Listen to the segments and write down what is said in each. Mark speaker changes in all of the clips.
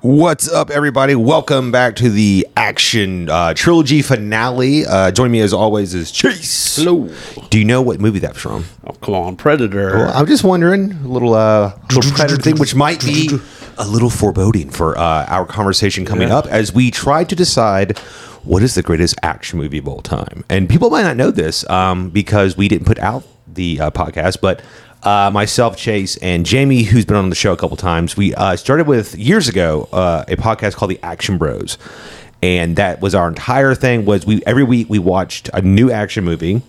Speaker 1: What's up, everybody? Welcome back to the action uh, trilogy finale. Uh, join me as always is Chase.
Speaker 2: Hello.
Speaker 1: Do you know what movie that's from?
Speaker 2: Oh, come on, Predator.
Speaker 1: Well, I'm just wondering, a little, uh, little predator thing, which might be a little foreboding for uh, our conversation coming
Speaker 2: Yeah.
Speaker 1: up as we try to decide what is the greatest action movie of all time. And people might not know this um, because we didn't put out the uh, podcast, but uh, myself, Chase, and Jamie, who's been on the show a couple times, we uh, started with years ago uh, a podcast called the Action Bros. And that was our entire thing was we every week we watched a new action movie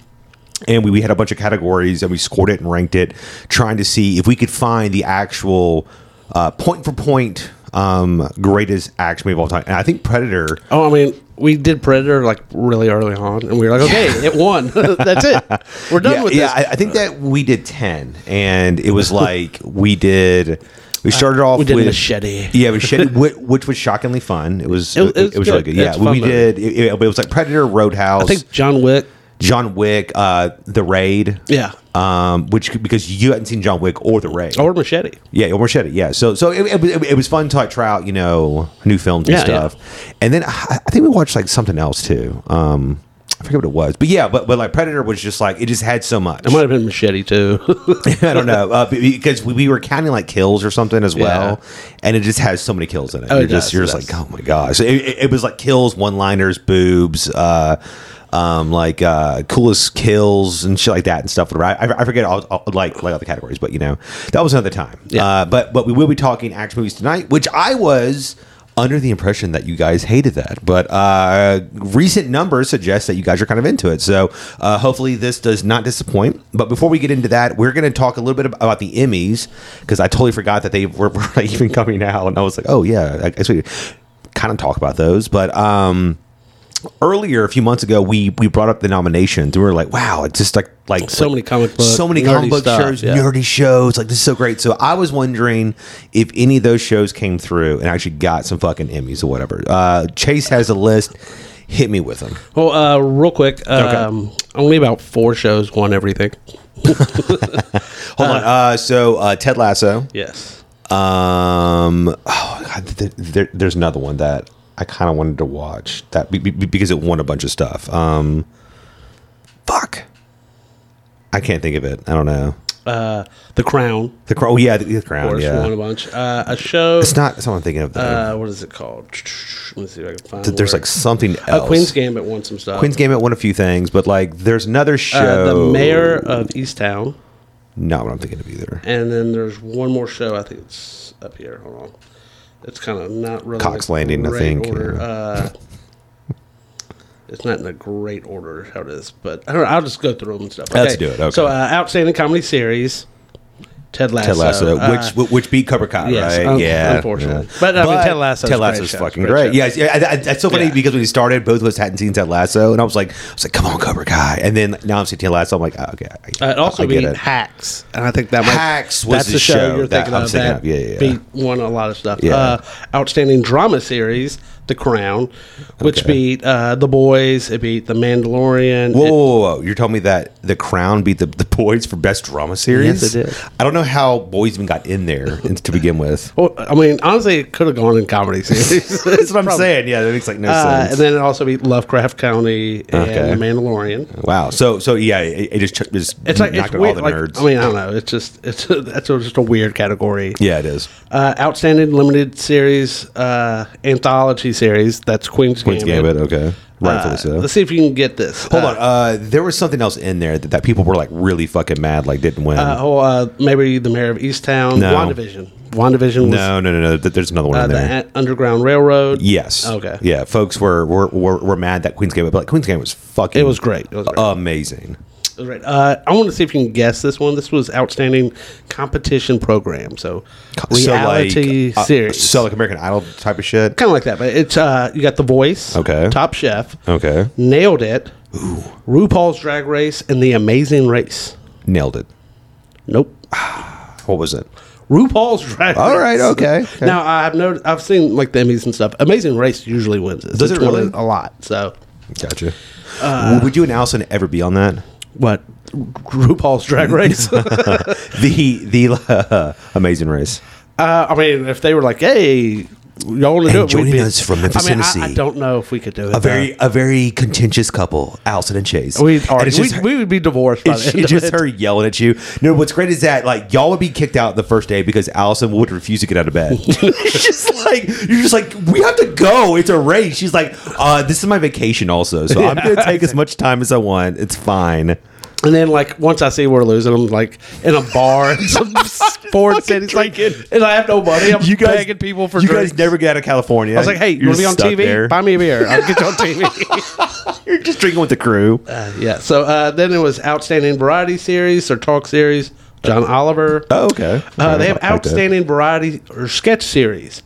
Speaker 1: and we, we had a bunch of categories and we scored it and ranked it trying to see if we could find the actual uh, point for point um, greatest action movie of all time and i think predator
Speaker 2: Oh, I mean, we did Predator like really early on, and we were like, okay, it won. That's it. We're done
Speaker 1: yeah,
Speaker 2: with
Speaker 1: yeah
Speaker 2: this.
Speaker 1: I, I think that we did 10 and it was like we did we started off
Speaker 2: we did
Speaker 1: with
Speaker 2: Machete.
Speaker 1: yeah machete which, which was shockingly fun it was
Speaker 2: It
Speaker 1: it,
Speaker 2: was- it was
Speaker 1: it was really
Speaker 2: good.
Speaker 1: good
Speaker 2: It's
Speaker 1: yeah
Speaker 2: a fun
Speaker 1: we
Speaker 2: movie.
Speaker 1: did it, it- it was like predator roadhouse
Speaker 2: I think John Wick.
Speaker 1: john wick uh, the raid
Speaker 2: Yeah.
Speaker 1: um, which because you hadn't seen john wick or the raid
Speaker 2: Or Machete.
Speaker 1: Yeah, or Machete. Yeah. So so it, it, was- it was fun to like, try out, you know, new films and
Speaker 2: Yeah, yeah.
Speaker 1: stuff. And then I, I think we watched like something else too. Um, I forget what it was, but yeah, but but like Predator was just like it just had so much.
Speaker 2: It might have been Machete too.
Speaker 1: I don't know uh, be- because we, we were counting like kills or something as well, and it just has so many kills in it.
Speaker 2: it
Speaker 1: you're just
Speaker 2: does,
Speaker 1: you're
Speaker 2: it
Speaker 1: just like oh my gosh. It, it, it was like kills, one liners, boobs. Uh, um, like uh, coolest kills and shit like that and stuff. Whatever. I, I forget all, all like like all the categories, but you know that was another time.
Speaker 2: Yeah.
Speaker 1: Uh, but but we will be talking action movies tonight, which I was under the impression that you guys hated that, but uh, recent numbers suggest that you guys are kind of into it. So uh, hopefully this does not disappoint. But before we get into that, we're going to talk a little bit ab- about the Emmys because I totally forgot that they were, were even coming out, and I was like, oh yeah, I guess we kind of talk about those, but. um earlier a few months ago we we brought up the nominations and we were like wow it's just like like
Speaker 2: So
Speaker 1: like-
Speaker 2: many comic book,
Speaker 1: so many
Speaker 2: nerdy
Speaker 1: comic book
Speaker 2: stuff,
Speaker 1: shows
Speaker 2: yeah.
Speaker 1: nerdy shows like this is so great so i was wondering if any of those shows came through and actually got some fucking emmys or whatever uh chase has a list hit me with them
Speaker 2: well, uh, real quick, um, only about four shows won everything.
Speaker 1: hold on uh so uh ted lasso
Speaker 2: Yes.
Speaker 1: um oh god th- th- there, there's another one that i kind of wanted to watch that be, be, because it won a bunch of stuff um fuck i can't think of it i don't know
Speaker 2: Uh, the Crown,
Speaker 1: The Crown. Oh yeah, the, the
Speaker 2: of
Speaker 1: Crown.
Speaker 2: course,
Speaker 1: Yeah,
Speaker 2: won a bunch. Uh, a show.
Speaker 1: it's not. It's not what I'm thinking of. Though.
Speaker 2: uh, what is it called? Let me see if I can find.
Speaker 1: Th- There's
Speaker 2: where-
Speaker 1: like something else.
Speaker 2: uh, Queen's Gambit won some stuff.
Speaker 1: Queen's Gambit won a few things, but like there's another show.
Speaker 2: uh, the mayor of Easttown.
Speaker 1: Not what I'm thinking of either.
Speaker 2: And then there's one more show. I think it's up here. Hold on. It's kind of not really
Speaker 1: Cox
Speaker 2: the
Speaker 1: Landing, I
Speaker 2: great
Speaker 1: think,
Speaker 2: Order.
Speaker 1: yeah.
Speaker 2: Uh, it's not in a great order how it is, but I don't know. I'll just go through them and stuff.
Speaker 1: Let's do it, okay.
Speaker 2: So, uh, outstanding comedy series, Ted Lasso.
Speaker 1: Ted Lasso,
Speaker 2: uh,
Speaker 1: which which beat Cobra Kai,
Speaker 2: yes,
Speaker 1: right?
Speaker 2: un-
Speaker 1: yeah,
Speaker 2: unfortunately.
Speaker 1: yeah.
Speaker 2: But, I mean, Ted Lasso's
Speaker 1: Ted
Speaker 2: great
Speaker 1: Lasso's
Speaker 2: show.
Speaker 1: fucking
Speaker 2: Great
Speaker 1: great.
Speaker 2: show.
Speaker 1: Yes, yeah, I- I- that's so funny
Speaker 2: Yeah.
Speaker 1: because when we started, both of us hadn't seen Ted Lasso, and I was like, I was like, come on, Cobra Kai, and then now I'm seeing Ted Lasso, I'm like, oh, okay, I,
Speaker 2: Uh, it also
Speaker 1: I
Speaker 2: beat
Speaker 1: get it.
Speaker 2: Hacks, and I think that might,
Speaker 1: Hacks was
Speaker 2: that's
Speaker 1: the
Speaker 2: the show,
Speaker 1: show
Speaker 2: you're
Speaker 1: that
Speaker 2: thinking
Speaker 1: I'm
Speaker 2: of.
Speaker 1: thinking
Speaker 2: That
Speaker 1: of, yeah, yeah, yeah.
Speaker 2: beat won a lot of stuff.
Speaker 1: Yeah.
Speaker 2: Uh, outstanding drama series, The Crown, which
Speaker 1: Okay.
Speaker 2: beat uh, The Boys. It beat The Mandalorian.
Speaker 1: Whoa,
Speaker 2: It-
Speaker 1: whoa, whoa, whoa. You're telling me that The Crown beat the, the Boys for best drama series?
Speaker 2: Yes, it did.
Speaker 1: I don't know how Boys even got in there in- to begin with.
Speaker 2: Well, I mean, honestly, it could have gone in comedy series.
Speaker 1: That's what I'm saying. Yeah, that makes like no
Speaker 2: Uh, and
Speaker 1: sense.
Speaker 2: then it also beat Lovecraft County and
Speaker 1: Okay.
Speaker 2: The Mandalorian.
Speaker 1: wow. So so yeah, it, it just ch- just
Speaker 2: It's like it's
Speaker 1: knocked out
Speaker 2: weird.
Speaker 1: all the
Speaker 2: like,
Speaker 1: nerds.
Speaker 2: I mean, I don't know. It's just it's that's just a weird category.
Speaker 1: yeah, it is.
Speaker 2: Uh, outstanding limited series, uh, anthology series. That's Queen's,
Speaker 1: Queen's
Speaker 2: Gambit.
Speaker 1: Gambit. Okay, rightfully
Speaker 2: Uh,
Speaker 1: so.
Speaker 2: Let's see if you can get this.
Speaker 1: Hold
Speaker 2: Uh,
Speaker 1: on. Uh, there was something else in there that, that people were like really fucking mad, like didn't win.
Speaker 2: Uh, oh, uh, maybe the mayor of Easttown.
Speaker 1: No.
Speaker 2: WandaVision. WandaVision was
Speaker 1: no, no, no, no. th- There's another one
Speaker 2: uh,
Speaker 1: in
Speaker 2: the
Speaker 1: there.
Speaker 2: An- Underground Railroad.
Speaker 1: Yes.
Speaker 2: Okay.
Speaker 1: Yeah, folks were were, were, were mad that Queen's Gambit, but like, Queen's Gambit was fucking.
Speaker 2: It was great. It was great.
Speaker 1: amazing.
Speaker 2: It was great. Uh, I want to see if you can guess this one. This was outstanding competition program.
Speaker 1: So,
Speaker 2: So
Speaker 1: like,
Speaker 2: reality
Speaker 1: uh,
Speaker 2: series.
Speaker 1: so like American Idol type of shit.
Speaker 2: kind of like that, but it's uh, you got The Voice.
Speaker 1: Okay.
Speaker 2: Top Chef.
Speaker 1: Okay,
Speaker 2: Nailed it. RuPaul's Drag Race and The Amazing Race.
Speaker 1: nailed it.
Speaker 2: Nope.
Speaker 1: What was it?
Speaker 2: RuPaul's Drag Race.
Speaker 1: All right, okay, okay.
Speaker 2: Now I've noticed, I've seen like the Emmys and stuff. Amazing Race usually wins this.
Speaker 1: Does it
Speaker 2: It's won
Speaker 1: really?
Speaker 2: a lot? So
Speaker 1: Gotcha.
Speaker 2: Uh,
Speaker 1: Would you and Allison ever be on that?
Speaker 2: what? RuPaul's
Speaker 1: Mm-hmm.
Speaker 2: Drag Race. uh,
Speaker 1: The the uh, Amazing Race.
Speaker 2: I mean, if they were like, "Hey, y'all want to
Speaker 1: And
Speaker 2: do it? we'd
Speaker 1: joining
Speaker 2: be-
Speaker 1: us from Memphis,
Speaker 2: I mean, I- I,
Speaker 1: Tennessee,
Speaker 2: don't know if we could do it.
Speaker 1: a very a very contentious couple, Allison and Chase.
Speaker 2: we
Speaker 1: And
Speaker 2: already
Speaker 1: it's just
Speaker 2: we,
Speaker 1: her-
Speaker 2: we would be divorced. By
Speaker 1: it's
Speaker 2: the end of
Speaker 1: just
Speaker 2: it.
Speaker 1: her yelling at you. No, what's great is that like y'all would be kicked out the first day because Allison would refuse to get out of bed. it's just like you're just like we have to go. It's a race. She's like, uh, this is my vacation also, so I'm gonna take as much time as I want. It's fine.
Speaker 2: And then, like, once I see we're losing, I'm like in a bar in some foreign city. It's like, and I have no money. I'm
Speaker 1: You guys
Speaker 2: begging people for
Speaker 1: you
Speaker 2: drinks.
Speaker 1: guys never get out of California.
Speaker 2: I was like, hey, you want to be on TV? Buy me a beer. I'll get you on TV.
Speaker 1: You're just drinking with the crew.
Speaker 2: yeah. So uh, then it was Outstanding Variety Series or Talk Series, John Oliver.
Speaker 1: oh, okay.
Speaker 2: Uh, they have
Speaker 1: I like that.
Speaker 2: Outstanding Variety or Sketch Series.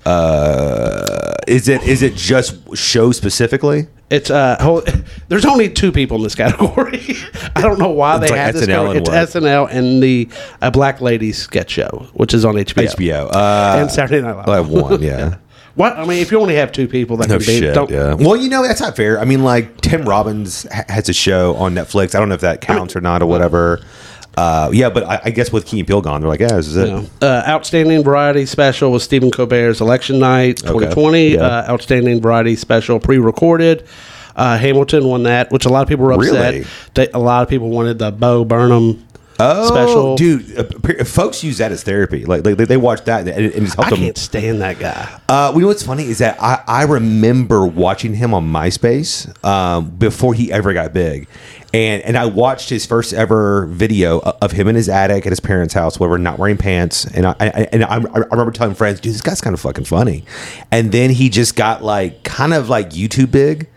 Speaker 1: Is it is it just show specifically?
Speaker 2: It's uh, whole, there's only two people in this category. I don't know why
Speaker 1: It's
Speaker 2: they
Speaker 1: like
Speaker 2: had this.
Speaker 1: SNL and
Speaker 2: category. It's
Speaker 1: what?
Speaker 2: SNL and the uh, Black Lady Sketch Show, which is on HBO.
Speaker 1: HBO uh,
Speaker 2: and Saturday Night Live.
Speaker 1: I won. Yeah.
Speaker 2: What I mean, if you only have two people, that
Speaker 1: No
Speaker 2: can be,
Speaker 1: shit.
Speaker 2: don't,
Speaker 1: yeah. Well, you know that's not fair. I mean, like Tim Robbins ha- has a show on Netflix. I don't know if that counts or not or whatever. Uh, yeah, but I, I guess with Key and Peele gone, they're like, yeah, this is it.
Speaker 2: No. Uh, outstanding variety special was Stephen Colbert's Election Night 2020.
Speaker 1: Yeah.
Speaker 2: Uh, outstanding variety special pre-recorded. Uh, Hamilton won that, which a lot of people were upset.
Speaker 1: Really?
Speaker 2: They, a lot of people wanted the Bo Burnham
Speaker 1: Oh,
Speaker 2: special.
Speaker 1: dude, uh, pe- folks use that as therapy. Like, like they, they watch that and it- and it's
Speaker 2: I
Speaker 1: helped them.
Speaker 2: can't stand that guy.
Speaker 1: Uh, you know what's funny is that I, I remember watching him on MySpace um, before he ever got big, and and I watched his first ever video o- of him in his attic at his parents' house, where we're not wearing pants, and I, I and I, I remember telling friends, dude, this guy's kind of fucking funny, and then he just got like kind of like YouTube big.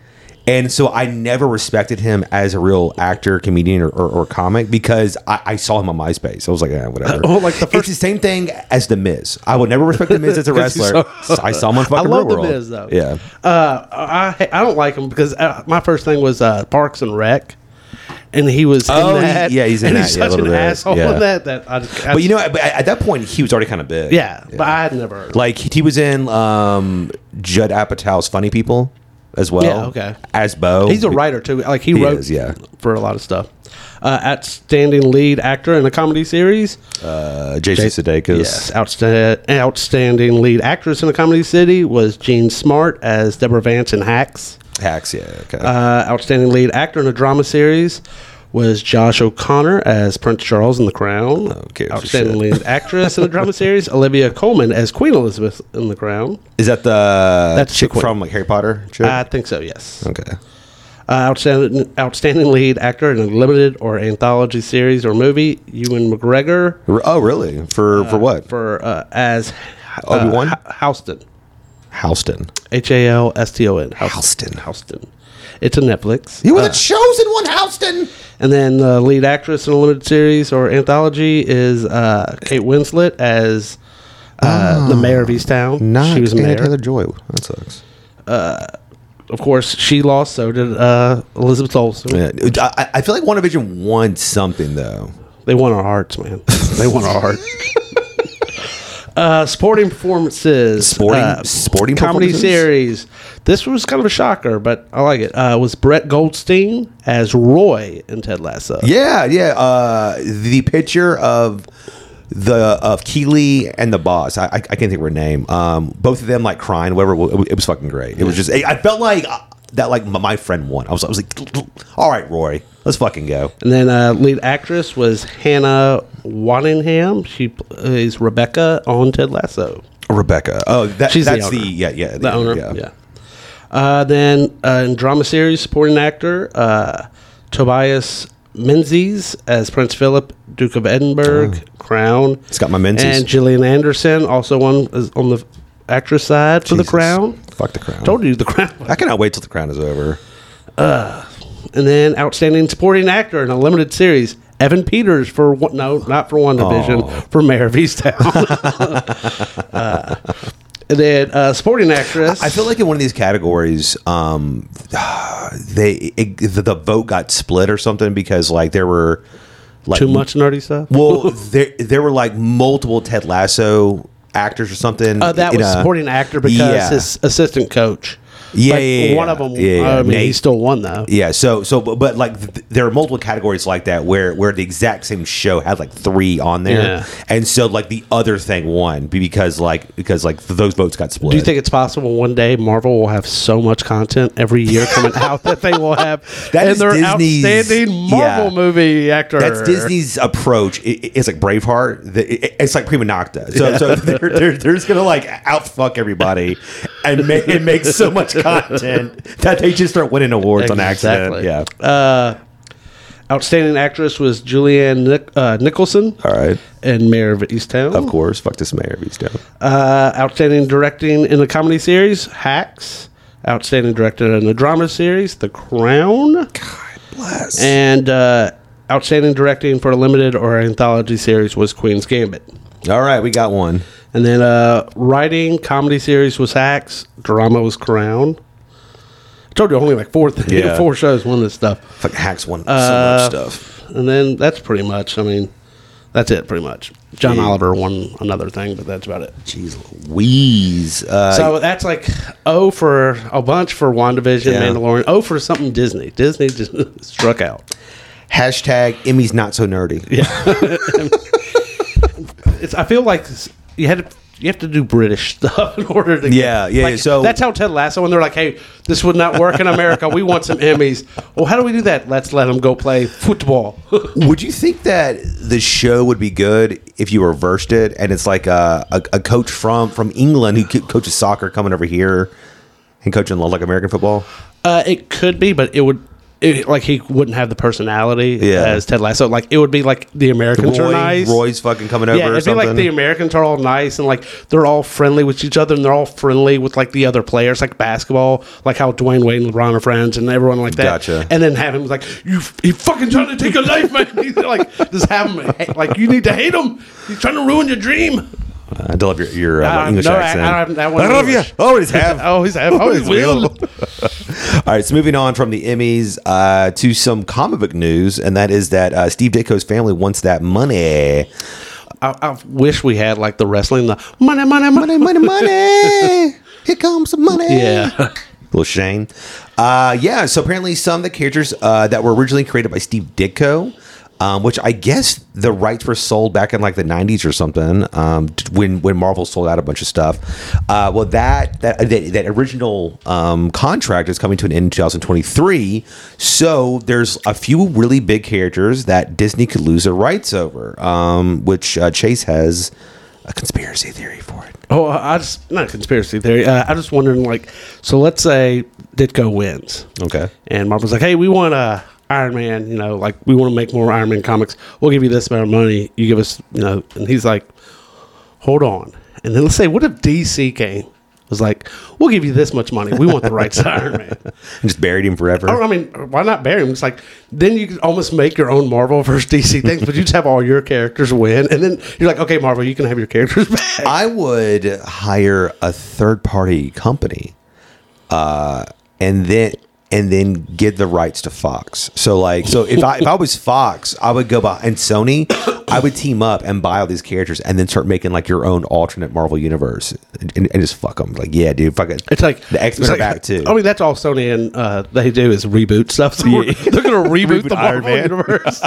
Speaker 1: And so I never respected him as a real actor, comedian, or, or, or comic because I, I saw him on MySpace. I was like, eh, whatever.
Speaker 2: Oh, like the
Speaker 1: it's the same thing as the Miz. I would never respect the Miz as a
Speaker 2: 'Cause you
Speaker 1: wrestler. I saw him on
Speaker 2: I
Speaker 1: fucking
Speaker 2: love
Speaker 1: Real
Speaker 2: the
Speaker 1: World.
Speaker 2: Miz though.
Speaker 1: Yeah.
Speaker 2: Uh, I I don't like him because uh, my first thing was uh, Parks and Rec, and he was
Speaker 1: Oh,
Speaker 2: in
Speaker 1: he-
Speaker 2: that.
Speaker 1: yeah, he's in
Speaker 2: and
Speaker 1: that,
Speaker 2: He's
Speaker 1: yeah, a
Speaker 2: such
Speaker 1: little
Speaker 2: an
Speaker 1: bit,
Speaker 2: asshole
Speaker 1: yeah.
Speaker 2: in that. That I, I,
Speaker 1: But you know, but at that point, he was already kind of big.
Speaker 2: yeah, but I had never. Heard
Speaker 1: Like he was in um, Judd Apatow's Funny People as well.
Speaker 2: Yeah, okay.
Speaker 1: As Bo.
Speaker 2: He's a writer too. Like he,
Speaker 1: Oh, He
Speaker 2: wrote
Speaker 1: is, yeah.
Speaker 2: for a lot of stuff. Uh, outstanding lead actor in a comedy series.
Speaker 1: Uh, Jason Sudeikis.
Speaker 2: Yes, outsta- outstanding lead actress in a comedy city was Jean Smart as Deborah Vance in Hacks.
Speaker 1: Hacks. Yeah. Okay.
Speaker 2: Uh, outstanding lead actor in a drama series was Josh O'Connor as Prince Charles in The Crown.
Speaker 1: Oh, cares a
Speaker 2: outstanding
Speaker 1: shit.
Speaker 2: lead actress in a drama series Olivia Coleman as Queen Elizabeth in The Crown.
Speaker 1: Is that the
Speaker 2: that's the
Speaker 1: chick
Speaker 2: queen. Uh,
Speaker 1: from like Harry Potter? Chick?
Speaker 2: I think so. Yes.
Speaker 1: okay.
Speaker 2: Uh, outstanding, outstanding lead actor in a limited or anthology series or movie, Ewan McGregor
Speaker 1: R- Oh, really? For for what? For
Speaker 2: for uh, as uh,
Speaker 1: Obi-Wan?
Speaker 2: H- Houston,
Speaker 1: Houston.
Speaker 2: H A L S T O N,
Speaker 1: Houston.
Speaker 2: Houston. It's a Netflix.
Speaker 1: You were
Speaker 2: Uh,
Speaker 1: the chosen one, Houston.
Speaker 2: and then the lead actress in a limited series or anthology is uh, Kate Winslet as
Speaker 1: Ah.
Speaker 2: uh, the mayor of East Town. she was mayor,
Speaker 1: Taylor Joy. That sucks.
Speaker 2: of course. She lost, so did uh, Elizabeth Olsen.
Speaker 1: Yeah. I, I feel like WandaVision won something though.
Speaker 2: They want our hearts, man. They want our heart. uh, sporting performances.
Speaker 1: Sporting-
Speaker 2: uh,
Speaker 1: sporting
Speaker 2: comedy
Speaker 1: performances?
Speaker 2: series. This was kind of a shocker, but I like it. Uh, was Brett Goldstein as Roy in Ted Lasso?
Speaker 1: Yeah, yeah. Uh, the picture of the of Keeley and the boss. I, I, I can't think of her name. Um, both of them like crying. Whatever. It, was- it was fucking great. It was just. I felt like uh, that. Like my- my friend won. I was. I was like, all right, Rory, let's fucking go.
Speaker 2: And then uh, lead actress was Hannah Waddingham. She plays Rebecca on Ted Lasso.
Speaker 1: Rebecca. Oh, that,
Speaker 2: She's the
Speaker 1: that's the,
Speaker 2: owner.
Speaker 1: yeah yeah
Speaker 2: the owner. Yeah. Uh, then uh, in drama series, supporting actor uh, Tobias Menzies as Prince Philip, Duke of Edinburgh, Crown.
Speaker 1: Oh. It's got my menses.
Speaker 2: And Gillian Anderson, also one is on the actress side for
Speaker 1: Jesus.
Speaker 2: the Crown.
Speaker 1: Fuck the crown.
Speaker 2: Told you the Crown.
Speaker 1: I cannot wait till the crown is over.
Speaker 2: And then outstanding supporting actor in a limited series. Evan Peters for one, no, not for one division
Speaker 1: Aw.
Speaker 2: for Mayor of Easttown. Uh, and then uh, supporting actress.
Speaker 1: I feel like in one of these categories, um, they it, the, the vote got split or something because like there were like
Speaker 2: too much nerdy stuff.
Speaker 1: Well, there there were like multiple Ted Lasso actors or something.
Speaker 2: Uh, that
Speaker 1: in
Speaker 2: was
Speaker 1: a-
Speaker 2: supporting actor because
Speaker 1: Yeah.
Speaker 2: his assistant coach
Speaker 1: Yeah,
Speaker 2: Like,
Speaker 1: yeah, yeah,
Speaker 2: one of them.
Speaker 1: yeah, yeah.
Speaker 2: I mean, he
Speaker 1: Nate.
Speaker 2: still won though.
Speaker 1: Yeah, so so but, but like th- there are multiple categories like that where where the exact same show had like three on there,
Speaker 2: Yeah.
Speaker 1: and so like the other thing won be- because like because like those votes got split.
Speaker 2: Do you think it's possible one day Marvel will have so much content every year coming out that they will have
Speaker 1: That is
Speaker 2: and their
Speaker 1: Disney's-
Speaker 2: outstanding Marvel
Speaker 1: yeah.
Speaker 2: movie actor?
Speaker 1: that's Disney's approach? It, it- it's like Braveheart. The- it- it- It's like Prima Nocta. So, so they're, they're, they're just gonna like outfuck everybody and make and make so much content that they just start winning awards on accident.
Speaker 2: Exactly.
Speaker 1: Yeah.
Speaker 2: Outstanding actress was Julianne Nic- uh, Nicholson
Speaker 1: All right.
Speaker 2: and Mayor of Easttown.
Speaker 1: Of course. Fuck this mayor. He's down.
Speaker 2: Uh, outstanding directing in a comedy series, Hacks. Outstanding director in a drama series, The Crown.
Speaker 1: Bless.
Speaker 2: And uh, outstanding directing for a limited or anthology series was Queen's Gambit.
Speaker 1: All right. We got one.
Speaker 2: And then uh, writing comedy series was Hacks, drama was Crown. I told you only like four th-
Speaker 1: Yeah.
Speaker 2: four shows won this stuff.
Speaker 1: Fucking hacks won
Speaker 2: Uh,
Speaker 1: so much stuff.
Speaker 2: And then that's pretty much. I mean, that's it pretty much. John Oliver won another thing, but that's about it.
Speaker 1: Jeez Louise. Uh,
Speaker 2: So that's like O for a bunch for WandaVision,
Speaker 1: Yeah.
Speaker 2: Mandalorian, O for something Disney. Disney just struck out.
Speaker 1: hashtag Emmy's not so nerdy.
Speaker 2: It's, I feel like s- you had to. You have to do British stuff in order to.
Speaker 1: Yeah, yeah,
Speaker 2: like,
Speaker 1: so-
Speaker 2: that's how Ted Lasso. When they're like, "Hey, this would not work in America. We want some Emmys." Well, how do we do that? Let's let them go play football.
Speaker 1: Would you think that the show would be good if you reversed it and it's like a, a, a coach from from England who co- coaches soccer coming over here and coaching like American football?
Speaker 2: uh, it could be, but it would. It, like he wouldn't have the personality
Speaker 1: Yeah.
Speaker 2: as Ted Lasso. Like it would be like the Americans are
Speaker 1: Roy,
Speaker 2: nice.
Speaker 1: Roy's fucking coming over
Speaker 2: yeah,
Speaker 1: or
Speaker 2: it'd be
Speaker 1: something.
Speaker 2: like the Americans are all nice and like they're all friendly with each other and they're all friendly with like the other players, like basketball, like how Dwayne Wade and LeBron are friends and everyone like that.
Speaker 1: Gotcha.
Speaker 2: And then have him like you, he fucking trying to take your life, man. He's like just have him ha- like you need to hate him. He's trying to ruin your dream.
Speaker 1: I do love your, your uh,
Speaker 2: Uh,
Speaker 1: English
Speaker 2: no, I-
Speaker 1: accent.
Speaker 2: I don't have that one
Speaker 1: I love you.
Speaker 2: English.
Speaker 1: Always have.
Speaker 2: Oh, he's have oh, he's will.
Speaker 1: All right, so moving on from the Emmys uh, to some comic book news, and that is that uh, Steve Ditko's family wants that money.
Speaker 2: I, I wish we had like the wrestling, the money, money, money,
Speaker 1: money,
Speaker 2: money.
Speaker 1: money. Here comes the money.
Speaker 2: Yeah.
Speaker 1: Little Shane. Uh, yeah, so apparently some of the characters uh, that were originally created by Steve Ditko, um, which I guess the rights were sold back in like the 90s or something um, t- when when Marvel sold out a bunch of stuff. Uh, well, that that, that, that original um, contract is coming to an end in 2023. So there's a few really big characters that Disney could lose their rights over, um, which uh, Chase has a conspiracy theory for it.
Speaker 2: Oh, I just not a conspiracy theory. Uh, I just wondering like, so let's say Ditko wins.
Speaker 1: Okay.
Speaker 2: And Marvel's like, hey, we want a Iron Man, you know, like we want to make more Iron Man comics. We'll give you this amount of money. You give us, you know, and he's like, hold on. And then let's say, what if DC came? Was like, we'll give you this much money. We want the rights to Iron Man.
Speaker 1: And just buried him forever.
Speaker 2: Or, I mean, why not bury him? It's like then you could almost make your own Marvel versus DC things, but you just have all your characters win, and then you're like, okay, Marvel, you can have your characters back.
Speaker 1: I would hire a third party company, uh, and then and then get the rights to Fox. So like, so if I if I was Fox, I would go by and Sony, I would team up and buy all these characters, and then start making like your own alternate Marvel universe, and, and, and just fuck them. Like, yeah, dude, fuck it.
Speaker 2: It's like
Speaker 1: the X Men
Speaker 2: it's
Speaker 1: are
Speaker 2: like-
Speaker 1: back too.
Speaker 2: I mean, that's all Sony and uh, they do is reboot stuff. So we're- They're going to reboot,
Speaker 1: Reboot
Speaker 2: the
Speaker 1: Iron
Speaker 2: Marvel
Speaker 1: Man.
Speaker 2: universe.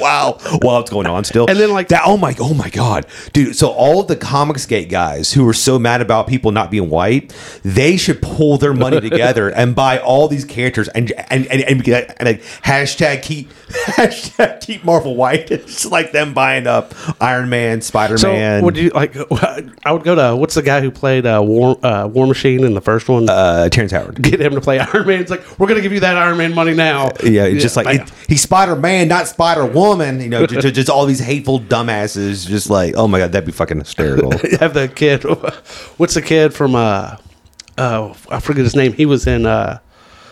Speaker 1: wow, well, it's going on still.
Speaker 2: And then, like-
Speaker 1: that. Oh my, oh my god, dude. So all of the Comicsgate guys who were so mad about people not being white, they should pull their money together and buy all these characters and and and, and, and, like, hashtag keep hashtag keep Marvel white. It's like them buying up Iron Man, Spider
Speaker 2: so
Speaker 1: Man.
Speaker 2: would you like? I would go to what's the guy who played uh, War uh, War Machine in the first one?
Speaker 1: uh, Terrence Howard.
Speaker 2: Get him to play Iron Man. It's like we're going to give you that Iron Man money now.
Speaker 1: Yeah, it's just like
Speaker 2: bam.
Speaker 1: it, he's Spider Man, not Spider Woman. You know, ju- ju- just, all these hateful dumbasses. Just like, oh my god, that'd be fucking hysterical.
Speaker 2: have the kid. What's the kid from? Uh, uh, I forget his name. He was in uh,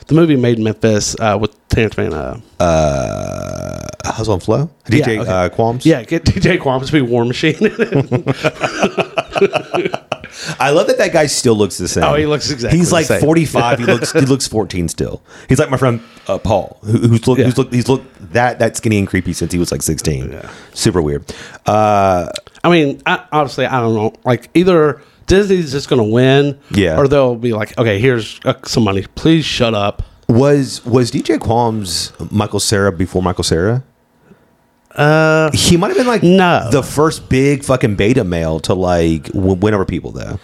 Speaker 2: the movie Made in Memphis uh, with Terrence Van. Uh,
Speaker 1: uh, Hustle and Flow, DJ
Speaker 2: Yeah, okay.
Speaker 1: uh, Qualms.
Speaker 2: yeah, get DJ Qualms to be War Machine.
Speaker 1: I love that that guy still looks the same.
Speaker 2: Oh, he looks exactly
Speaker 1: He's
Speaker 2: the
Speaker 1: like
Speaker 2: same.
Speaker 1: 45. He looks he looks 14 still. He's like my friend uh, Paul, who, who's looked who's looked he's looked that that skinny and creepy since he was like 16. Super weird. Uh,
Speaker 2: I mean, I, honestly, I don't know. Like either Disney's just going to win.
Speaker 1: Yeah.
Speaker 2: Or they'll be like, okay, here's uh, some money. Please shut up.
Speaker 1: Was was DJ Qualms Michael Sarah before Michael Sarah? Uh, he might have been like
Speaker 2: no.
Speaker 1: the first big fucking beta male to like w- win over people though.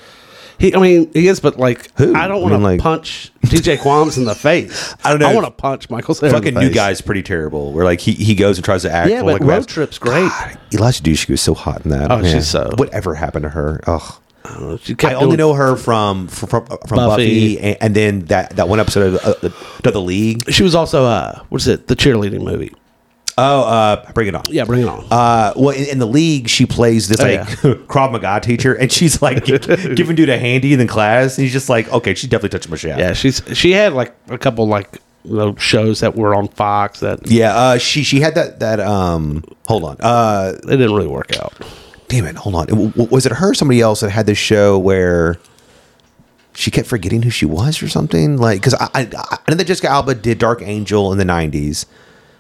Speaker 2: He, I mean, he is, but like,
Speaker 1: Who?
Speaker 2: I don't
Speaker 1: I
Speaker 2: want to
Speaker 1: mean, like-
Speaker 2: punch DJ Qualms in the face.
Speaker 1: I don't know
Speaker 2: I
Speaker 1: if-
Speaker 2: want to punch Michael Cera in the
Speaker 1: fucking new
Speaker 2: face.
Speaker 1: guy's pretty terrible. Where like he, he goes and tries to act.
Speaker 2: Yeah,
Speaker 1: on,
Speaker 2: but
Speaker 1: like
Speaker 2: road
Speaker 1: last-
Speaker 2: trip's great.
Speaker 1: God, Elijah Dushku was so hot in that.
Speaker 2: Oh,
Speaker 1: man.
Speaker 2: she's so-
Speaker 1: Whatever happened to her? Ugh.
Speaker 2: She kept
Speaker 1: I only
Speaker 2: doing-
Speaker 1: know her from from from, from
Speaker 2: Buffy.
Speaker 1: Buffy, and, and then that, that one episode of the, uh, the, the League.
Speaker 2: she was also uh, what is it? The cheerleading movie.
Speaker 1: Oh, uh, bring it on!
Speaker 2: Yeah, bring it on.
Speaker 1: Uh, well, in, in the league, she plays this
Speaker 2: Oh,
Speaker 1: like
Speaker 2: yeah.
Speaker 1: Krav Maga teacher, and she's like gi- giving dude a handy in the class, and he's just like, okay, she definitely touched my shaft.
Speaker 2: yeah, she's she had like a couple like you know, shows that were on Fox that
Speaker 1: yeah. Uh, she she had that that um. Hold on. Uh,
Speaker 2: they didn't really work out.
Speaker 1: damn it. Hold on. W- w- was it her? Or somebody else that had this show where she kept forgetting who she was or something? Like, because I, I I know that Jessica Alba did Dark Angel in the '90s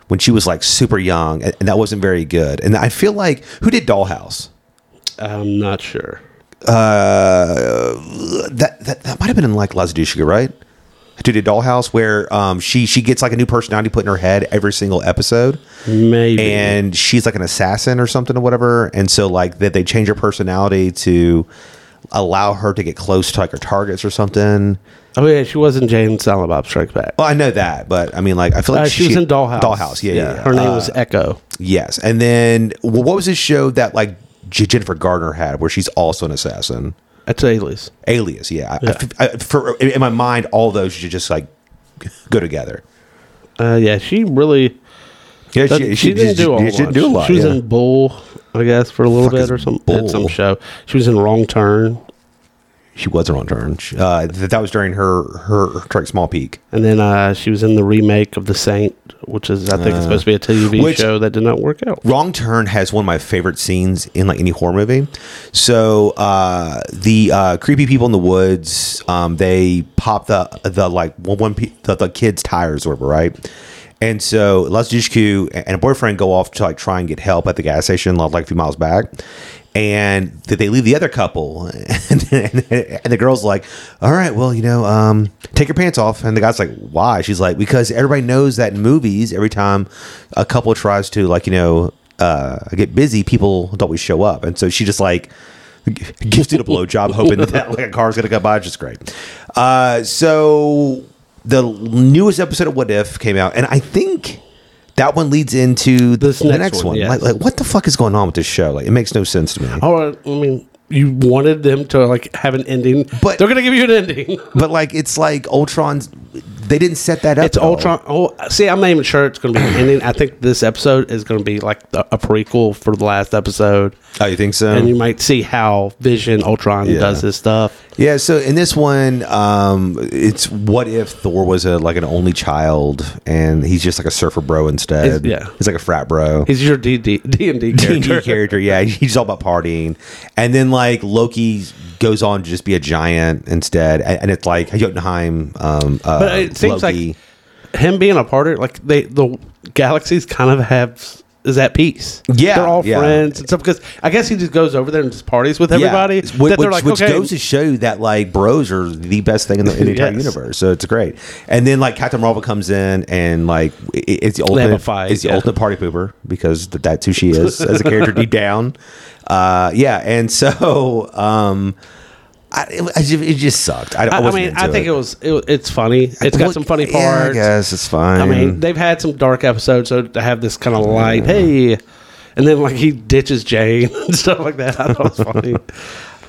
Speaker 1: when she was like super young, and, and that wasn't very good. And I feel like who did Dollhouse?
Speaker 2: I'm not sure.
Speaker 1: that that, that might have been in like Lazadushka, right? To the dollhouse where um, she she gets like a new personality put in her head every single episode,
Speaker 2: Maybe.
Speaker 1: and she's like an assassin or something or whatever. And so like that they change her personality to allow her to get close to like her targets or something.
Speaker 2: oh yeah, she was in Jane Silent Bob Strikes Back.
Speaker 1: Well, I know that, but I mean like I feel like
Speaker 2: Uh, she, was in Dollhouse.
Speaker 1: Dollhouse, yeah, yeah. yeah.
Speaker 2: Her name
Speaker 1: Uh,
Speaker 2: was Echo.
Speaker 1: yes. And then wh- what was this show that like J- Jennifer Gardner had where she's also an assassin?
Speaker 2: That's Alias.
Speaker 1: Alias, yeah. I- I
Speaker 2: Yeah.
Speaker 1: f I for in my mind, all those should just like go together.
Speaker 2: Uh, yeah, she really.
Speaker 1: Yeah,
Speaker 2: She, she, didn't do a whole lot. She was in Bull, I guess, for a little
Speaker 1: Fuck
Speaker 2: bit
Speaker 1: is
Speaker 2: or some
Speaker 1: Bull?
Speaker 2: at some show. She was in Wrong Turn,
Speaker 1: she was on turn. She- Uh, th- that was during her her Trek Small Peak,
Speaker 2: and then uh, she was in the remake of The Saint, which is I think it's supposed to be a TV
Speaker 1: which-
Speaker 2: show that did not work out.
Speaker 1: Wrong Turn has one of my favorite scenes in like any horror movie. So uh, the uh, creepy people in the woods, um, they pop the the like one one pe- the, the kid's tires or whatever, right? And so Lazdushku and a boyfriend go off to like try and get help at the gas station, like a few miles back. And th- they leave the other couple, and, and, the girl's like, "All right, well, you know, um, take your pants off." And the guy's like, "Why?" She's like, "Because everybody knows that in movies, every time a couple tries to like, you know, uh, get busy, people don't always show up. And so she just like g- gives it a blowjob, hoping that like a car's gonna come by. It's just great. Uh, so the newest episode of What If came out, and I think that one leads into
Speaker 2: This
Speaker 1: the
Speaker 2: next
Speaker 1: next
Speaker 2: one,
Speaker 1: one.
Speaker 2: yes.
Speaker 1: Like, like, what the fuck is going on with this show? Like, it makes no sense to me.
Speaker 2: Oh, I mean, you wanted them to like have an ending,
Speaker 1: But-
Speaker 2: they're gonna give you an ending.
Speaker 1: But like, it's like Ultron's. They didn't set that up.
Speaker 2: It's
Speaker 1: at all.
Speaker 2: Ultron. Oh, see, I'm not even sure it's gonna be an ending. I think this episode is gonna be like the, a prequel for the last episode,
Speaker 1: Oh, you think so?
Speaker 2: and you might see how Vision Ultron
Speaker 1: Yeah.
Speaker 2: does his stuff.
Speaker 1: Yeah, so in this one, um, it's what if Thor was a like an only child and he's just like a surfer bro instead.
Speaker 2: He's- yeah.
Speaker 1: he's like a frat bro.
Speaker 2: He's your D D D and D character.
Speaker 1: D&D character, yeah, he's all about partying, and then like Loki goes on to just be a giant instead, and, and it's like Jotunheim. Um, uh,
Speaker 2: But it seems
Speaker 1: Loki.
Speaker 2: like him being a partner, like they the galaxies kind of have is at peace.
Speaker 1: Yeah,
Speaker 2: they're all
Speaker 1: yeah.
Speaker 2: friends and stuff. Because I guess he just goes over there and just parties with everybody.
Speaker 1: Yeah,
Speaker 2: that
Speaker 1: which,
Speaker 2: they're
Speaker 1: which-
Speaker 2: like,
Speaker 1: which
Speaker 2: okay,
Speaker 1: goes to show that like bros are the best thing in the, in the entire
Speaker 2: Yes.
Speaker 1: universe. So it's great. And then like Captain Marvel comes in and like it- it's the
Speaker 2: They have
Speaker 1: ultimate
Speaker 2: a fight,
Speaker 1: it's the
Speaker 2: yeah.
Speaker 1: ultimate party pooper because th- that's who she is as a character deep down. Uh, yeah, and so um, I, it, I ju- it just sucked. I, I,
Speaker 2: I, I
Speaker 1: wasn't
Speaker 2: mean,
Speaker 1: into
Speaker 2: I think it, was it, was- it's funny. It's got
Speaker 1: Well,
Speaker 2: some funny
Speaker 1: yeah,
Speaker 2: parts.
Speaker 1: I guess Mm-hmm. it's fine.
Speaker 2: I mean, they've had some dark episodes, so to have this kind of light,
Speaker 1: Mm-hmm.
Speaker 2: hey. And then like he ditches Jane and stuff like that. I thought it was funny.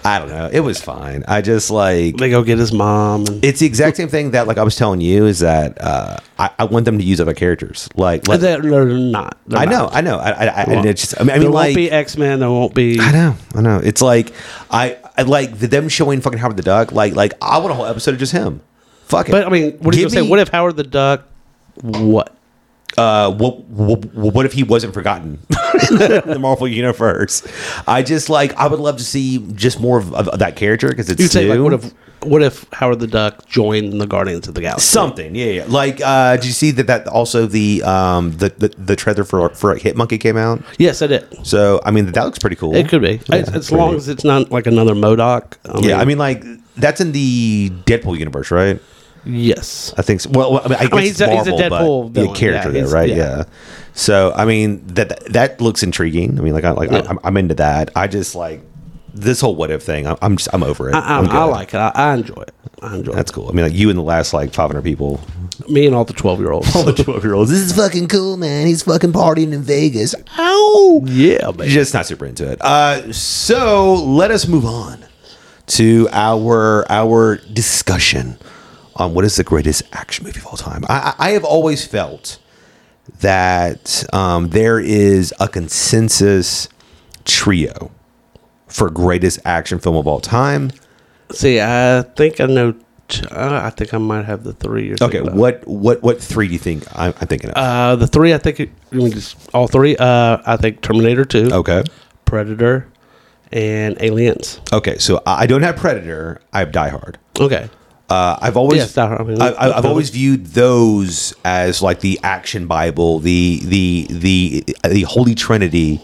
Speaker 1: I don't know. It was fine. I just like
Speaker 2: they go get his mom. And,
Speaker 1: It's the exact same thing that, like, I was telling you, is that uh, I, I want them to use other characters. Like, let,
Speaker 2: they're, they're not. They're
Speaker 1: I know,
Speaker 2: not.
Speaker 1: I know. I, I, I,
Speaker 2: won't.
Speaker 1: and it's just, I mean, I
Speaker 2: there
Speaker 1: mean like,
Speaker 2: won't be X Men. There won't be.
Speaker 1: I know, I know. It's like, I, I like the, them showing fucking Howard the Duck. Like, like I want a whole episode of just him. Fuck it.
Speaker 2: But I mean, what are you
Speaker 1: Give
Speaker 2: gonna say?
Speaker 1: me-
Speaker 2: What if Howard the Duck? What?
Speaker 1: uh, what, what what if he wasn't forgotten in the, the Marvel universe? I just like I would love to see just more of, of, of that character because it's
Speaker 2: You say like,
Speaker 1: new.
Speaker 2: what if what if Howard the Duck joined the Guardians of the Galaxy?
Speaker 1: Something, yeah, yeah. Like, uh, did you see that? That also the um the the, the trailer for for Hit Monkey came out.
Speaker 2: Yes, I did.
Speaker 1: So I mean, that looks pretty cool.
Speaker 2: It could be as, as long as it's not like another Modoc.
Speaker 1: yeah, I mean, like that's in the Deadpool universe, right?
Speaker 2: yes.
Speaker 1: I think. So. Well, well, I mean, I guess
Speaker 2: mean,
Speaker 1: it's
Speaker 2: he's a- he's a
Speaker 1: Marvel,
Speaker 2: Deadpool
Speaker 1: but the
Speaker 2: villain.
Speaker 1: character
Speaker 2: Yeah,
Speaker 1: there,
Speaker 2: he's-
Speaker 1: right? Yeah.
Speaker 2: yeah.
Speaker 1: So I mean, that that- that looks intriguing. I mean, like I like
Speaker 2: Yeah.
Speaker 1: I, I'm, I'm into that. I just like this whole what if thing. I'm I'm, just, I'm over it.
Speaker 2: I,
Speaker 1: I'm
Speaker 2: I, I
Speaker 1: good.
Speaker 2: like it. I, I enjoy it. I enjoy
Speaker 1: That's cool. I mean, like you and the last like 500 people.
Speaker 2: it. Me and all the twelve year olds.
Speaker 1: All the 12 year olds. This is fucking cool, man. He's fucking partying in Vegas. Ow.
Speaker 2: yeah, man.
Speaker 1: Just not super into it. Uh, so let us move on to our our discussion on what is the greatest action movie of all time. I, I I have always felt that um, there is a consensus trio for greatest action film of all time.
Speaker 2: See, I think I know. T- uh, I think I might have the three. You're
Speaker 1: Okay,
Speaker 2: thinking of.
Speaker 1: what what what three do you think I'm, I'm thinking of?
Speaker 2: Uh, the three. I think it, let me just all three. Uh, I think Terminator Two,
Speaker 1: okay,
Speaker 2: Predator, and Aliens.
Speaker 1: okay. So I I don't have Predator. I have Die Hard.
Speaker 2: Okay.
Speaker 1: Uh, I've always
Speaker 2: Yes, that- I mean,
Speaker 1: I, I, I've
Speaker 2: that-
Speaker 1: always viewed those as like the action bible, the the the the holy trinity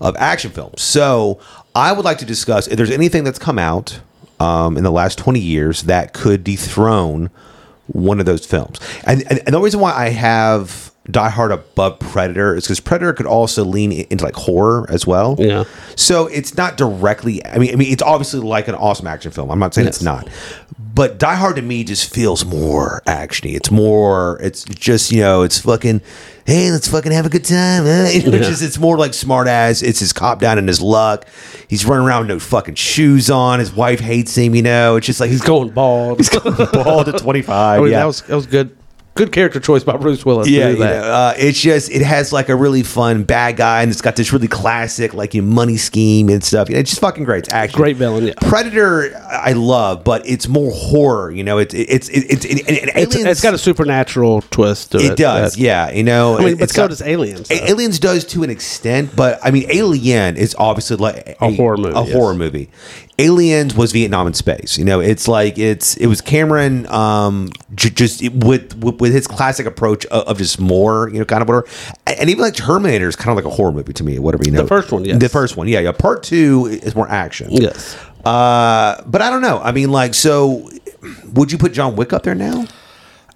Speaker 1: of action films. So I would like to discuss if there's anything that's come out um, in the last 20 years that could dethrone one of those films. And, and, and the reason why I have Die Hard above Predator is because Predator could also lean i- into like horror as well.
Speaker 2: Yeah.
Speaker 1: So it's not directly. I mean, I mean, it's obviously like an awesome action film. I'm not saying it's
Speaker 2: Yes.
Speaker 1: not, but Die Hard to me just feels more actiony. It's more. It's just you know, it's fucking. Hey, let's fucking have a good time. eh?" You know, It's
Speaker 2: Yeah.
Speaker 1: just it's more like smart ass. It's his cop down and his luck. He's running around with no fucking shoes on. His wife hates him. You know, it's just like
Speaker 2: He's going bald.
Speaker 1: bald at 25.
Speaker 2: I mean,
Speaker 1: yeah.
Speaker 2: that was that was good. Good character choice by Bruce Willis. to
Speaker 1: yeah,
Speaker 2: do
Speaker 1: you know,
Speaker 2: that.
Speaker 1: uh, it's just it has like a really fun bad guy, and it's got this really classic like you know, money scheme and stuff. You know, it's just fucking great. It's action,
Speaker 2: Great villain, yeah.
Speaker 1: Predator, I I love, but it's more horror. You know, it's it's it's it's it, it,
Speaker 2: It's, it's got a supernatural twist to it.
Speaker 1: it does,
Speaker 2: that-
Speaker 1: yeah. You know,
Speaker 2: I mean,
Speaker 1: it-
Speaker 2: but
Speaker 1: it's
Speaker 2: so
Speaker 1: got-
Speaker 2: does Aliens.
Speaker 1: A- Aliens does to an extent, but I mean, Alien is obviously like
Speaker 2: A horror movie,
Speaker 1: A
Speaker 2: yes.
Speaker 1: horror movie. Aliens was Vietnam in space. You know, it's like it's it was Cameron um j- just it- with, with with his classic approach of, of just more you know kind of whatever, A- and even like Terminator is kind of like a horror movie to me. Whatever you know,
Speaker 2: first one, yes.
Speaker 1: the first one, yeah, yeah. Part two is more action,
Speaker 2: Yes.
Speaker 1: Uh, but I don't know. I mean, like, so would you put John Wick up there now?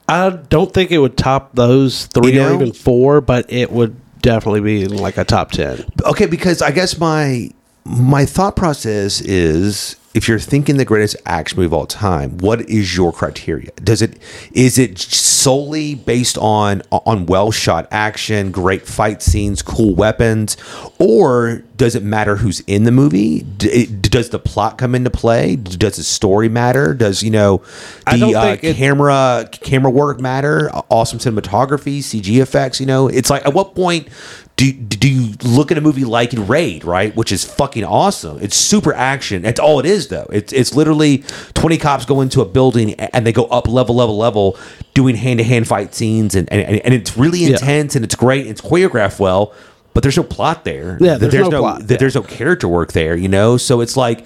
Speaker 2: I don't think it would top those three
Speaker 1: You know?
Speaker 2: or even four, but it would definitely be in like a top ten.
Speaker 1: okay because i guess my my thought process is if you're thinking the greatest action movie of all time what is your criteria does it is it solely based on on well shot action great fight scenes cool weapons or does it matter who's in the movie D- it- does the plot come into play does the story matter does you know
Speaker 2: I
Speaker 1: the
Speaker 2: don't
Speaker 1: uh,
Speaker 2: think it-
Speaker 1: camera camera work matter awesome cinematography cg effects you know it's like at what point do, do you look at a movie like raid right which is fucking awesome it's super action that's all it is though it's, it's literally 20 cops go into a building and they go up level level level doing hand-to-hand fight scenes and, and, and it's really intense and it's great it's choreographed well but there's no plot there
Speaker 2: Yeah,
Speaker 1: That
Speaker 2: there's no plot.
Speaker 1: that there's no character work there, you know. So it's like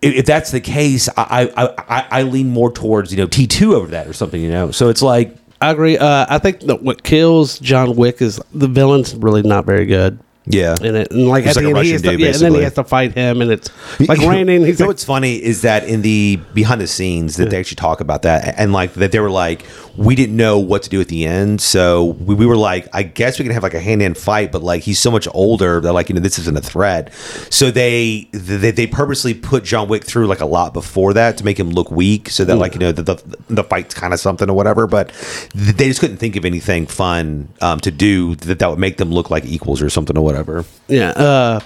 Speaker 1: if, if that's the case, I, I I I lean more towards you know T two over that or something, you know. So it's like
Speaker 2: I agree. Uh, I think that what kills John Wick is the villain's really not very good.
Speaker 1: yeah.
Speaker 2: In it, and like
Speaker 1: He's
Speaker 2: at
Speaker 1: like a
Speaker 2: the end,
Speaker 1: Russian
Speaker 2: he has to,
Speaker 1: dude,
Speaker 2: yeah, and then he
Speaker 1: basically.
Speaker 2: has to fight him, and it's like raining. He's
Speaker 1: you know
Speaker 2: like,
Speaker 1: what's funny is that in the behind the scenes that they actually talk about that and like that they were like we didn't know what to do at the end so we, we were like I guess we can have like a hand in fight but like he's so much older that like you know this isn't a threat so they they, they purposely put John Wick through like a lot before that to make him look weak so that like you know the the, the fight's kind of something or whatever but th- they just couldn't think of anything fun um, to do that that would make them look like equals or something or whatever
Speaker 2: yeah. Uh,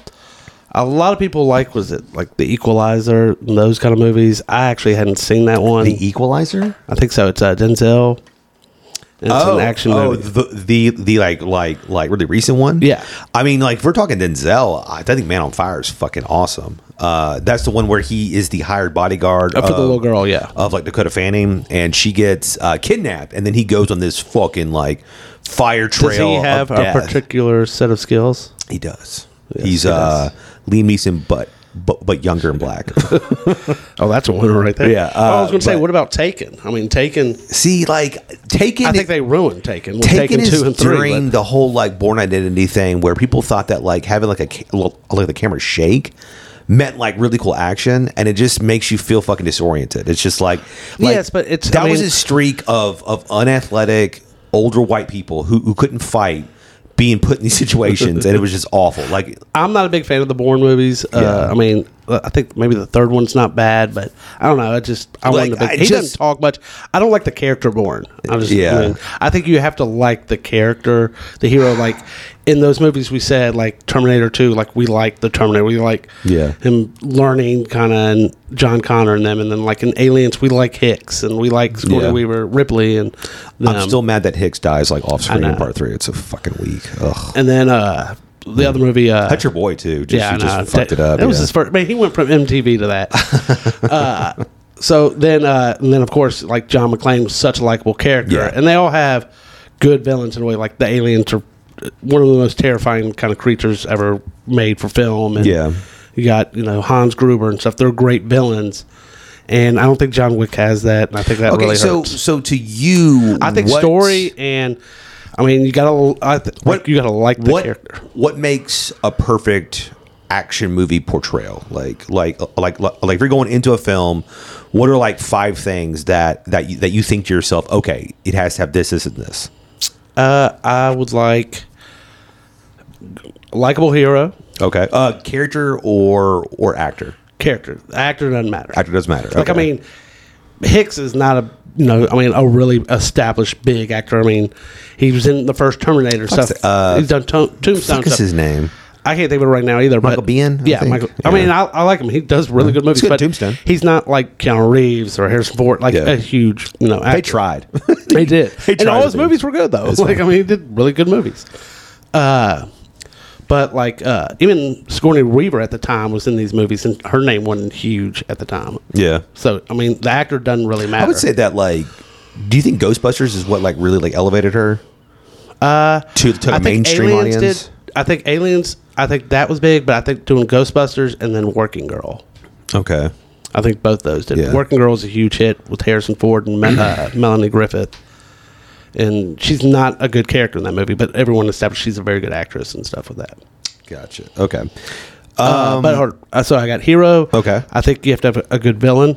Speaker 2: a lot of people like was it like The Equalizer, and those kind of movies. I actually hadn't seen that one.
Speaker 1: the Equalizer
Speaker 2: I think so. It's uh, Denzel. And It's an action
Speaker 1: oh,
Speaker 2: movie.
Speaker 1: The, the the like like like really recent one.
Speaker 2: Yeah.
Speaker 1: I mean, like if we're talking Denzel, I, I think Man on Fire is fucking awesome. Uh, that's the one where he is the hired bodyguard
Speaker 2: Uh, for the
Speaker 1: of-
Speaker 2: little girl, yeah.
Speaker 1: of like Dakota Fanning, and she gets uh, kidnapped, and then he goes on this fucking like fire trail.
Speaker 2: Does he have
Speaker 1: of
Speaker 2: a
Speaker 1: death.
Speaker 2: particular set of skills?
Speaker 1: He does.
Speaker 2: Yes,
Speaker 1: He's
Speaker 2: he
Speaker 1: uh,
Speaker 2: does.
Speaker 1: Liam Neeson, but but but younger and black.
Speaker 2: Oh, that's a winner right there.
Speaker 1: Yeah,
Speaker 2: oh, I was
Speaker 1: uh,
Speaker 2: going to say,
Speaker 1: but-
Speaker 2: what about Taken? I mean, Taken.
Speaker 1: See, like taking
Speaker 2: I think they ruined Taken. Well,
Speaker 1: Taken
Speaker 2: Taken,
Speaker 1: is
Speaker 2: two and three.
Speaker 1: during
Speaker 2: but-
Speaker 1: the whole like born identity thing where people thought that like having like a ca- look like the camera shake meant like really cool action and it just makes you feel fucking disoriented it's just like, like
Speaker 2: Yes, but it's-
Speaker 1: that
Speaker 2: I
Speaker 1: was
Speaker 2: mean-
Speaker 1: a streak of of unathletic older white people who, who couldn't fight being put in these situations and it was just awful like
Speaker 2: I'm not a big fan of the Bourne movies. Uh,
Speaker 1: Yeah.
Speaker 2: I mean, uh, I think maybe the third one's not bad, but I don't know. I just I
Speaker 1: Like,
Speaker 2: wasn't a big-
Speaker 1: I
Speaker 2: he
Speaker 1: just-
Speaker 2: doesn't talk much. I don't like the character Bourne. I just
Speaker 1: Yeah.
Speaker 2: I, mean, I think you have to like the character, the hero. Like in those movies, we said like Terminator Two, like we like the Terminator. We like
Speaker 1: Yeah.
Speaker 2: him learning kind of and John Connor and them, and then like in Aliens, we like Hicks and we like Sigourney
Speaker 1: Yeah.
Speaker 2: Weaver, Ripley, and
Speaker 1: i'm
Speaker 2: them.
Speaker 1: still mad that hicks dies like off screen
Speaker 2: Um, I
Speaker 1: in
Speaker 2: know.
Speaker 1: part three it's so fucking weak Ugh.
Speaker 2: And then uh, the other movie, uh,
Speaker 1: that's your boy too just,
Speaker 2: yeah,
Speaker 1: you just
Speaker 2: no,
Speaker 1: fucked it
Speaker 2: that,
Speaker 1: up
Speaker 2: That was
Speaker 1: yeah.
Speaker 2: his first. Man, he went from MTV to that. uh, so then, uh, and then of course, like John McClane was such a likable character,
Speaker 1: Yeah.
Speaker 2: and they all have good villains in a way. Like the aliens are one of the most terrifying kind of creatures ever made for film, and
Speaker 1: Yeah.
Speaker 2: you got you know Hans Gruber and stuff. They're great villains, and I don't think John Wick has that, and I think that
Speaker 1: okay
Speaker 2: really
Speaker 1: so
Speaker 2: hurts.
Speaker 1: so to you
Speaker 2: I think
Speaker 1: what-
Speaker 2: story and. I mean, you gotta. I th-
Speaker 1: What-
Speaker 2: what you gotta like the
Speaker 1: what
Speaker 2: character.
Speaker 1: what makes a perfect action movie portrayal like like like like if you're going into a film what are like five things that that you, that you think to yourself okay it has to have this this and this
Speaker 2: Uh, I would like likable hero
Speaker 1: okay uh character or or actor
Speaker 2: character. Actor doesn't matter.
Speaker 1: actor doesn't matter
Speaker 2: Like
Speaker 1: Okay.
Speaker 2: I mean, Hicks is not a you know I mean a really established big actor. I mean, he was in the first Terminator stuff.
Speaker 1: uh,
Speaker 2: He's done to- Tombstone
Speaker 1: fuck is
Speaker 2: stuff.
Speaker 1: his name
Speaker 2: I can't think of it right now either.
Speaker 1: Michael
Speaker 2: but
Speaker 1: Biehn, I
Speaker 2: Yeah,
Speaker 1: think.
Speaker 2: Michael. I
Speaker 1: Yeah.
Speaker 2: mean, I, I like him. He does really good movies.
Speaker 1: good
Speaker 2: but
Speaker 1: Tombstone.
Speaker 2: He's not like Keanu Reeves or Harrison Ford. Like
Speaker 1: Yeah.
Speaker 2: a huge you know.
Speaker 1: they
Speaker 2: Actor.
Speaker 1: tried
Speaker 2: They did. and
Speaker 1: tried
Speaker 2: all
Speaker 1: to
Speaker 2: his
Speaker 1: be.
Speaker 2: movies were good though.
Speaker 1: It's
Speaker 2: like
Speaker 1: fine.
Speaker 2: I mean, he did really good movies. Uh, but like uh, even Sigourney Weaver at the time was in these movies, and her name wasn't huge at the time.
Speaker 1: yeah
Speaker 2: So I mean, the actor doesn't really matter.
Speaker 1: i would say that like do you think ghostbusters is what like really like elevated her uh to, to the mainstream audience
Speaker 2: did. I think Aliens. I think that was big, but I think doing Ghostbusters and then Working Girl.
Speaker 1: okay
Speaker 2: I think both those did.
Speaker 1: Yeah.
Speaker 2: Working Girl was a huge hit with Harrison Ford and Me- uh, Melanie Griffith, and she's not a good character in that movie, but everyone established she's a very good actress and stuff with that.
Speaker 1: gotcha okay
Speaker 2: Uh, but hold- uh, so I got hero.
Speaker 1: Um, Okay.
Speaker 2: I think you have to have a- a good villain.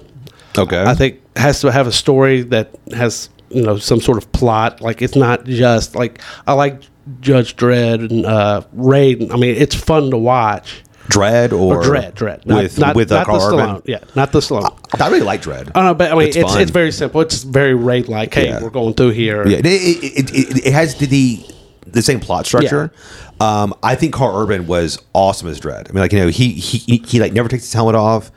Speaker 1: okay
Speaker 2: I think has to have a story that has you know some sort of plot. Like it's not just like I like Judge Dredd and uh, Raiden. I mean, it's fun to watch.
Speaker 1: Dread or,
Speaker 2: Or Dredd, Dredd,
Speaker 1: with with uh,
Speaker 2: not
Speaker 1: Carl
Speaker 2: the
Speaker 1: Urban.
Speaker 2: Stallone. Yeah, not the Stallone. Uh,
Speaker 1: I really like Dread.
Speaker 2: I don't know, but I mean, it's it's,
Speaker 1: fun.
Speaker 2: very simple. It's very raid like. Hey,
Speaker 1: Yeah.
Speaker 2: we're going through here.
Speaker 1: yeah. It, it, it, it, it has the, the the same plot structure. Um, I think Carl Urban was awesome as Dread. I mean, like you know, he he he, he like never takes his helmet off.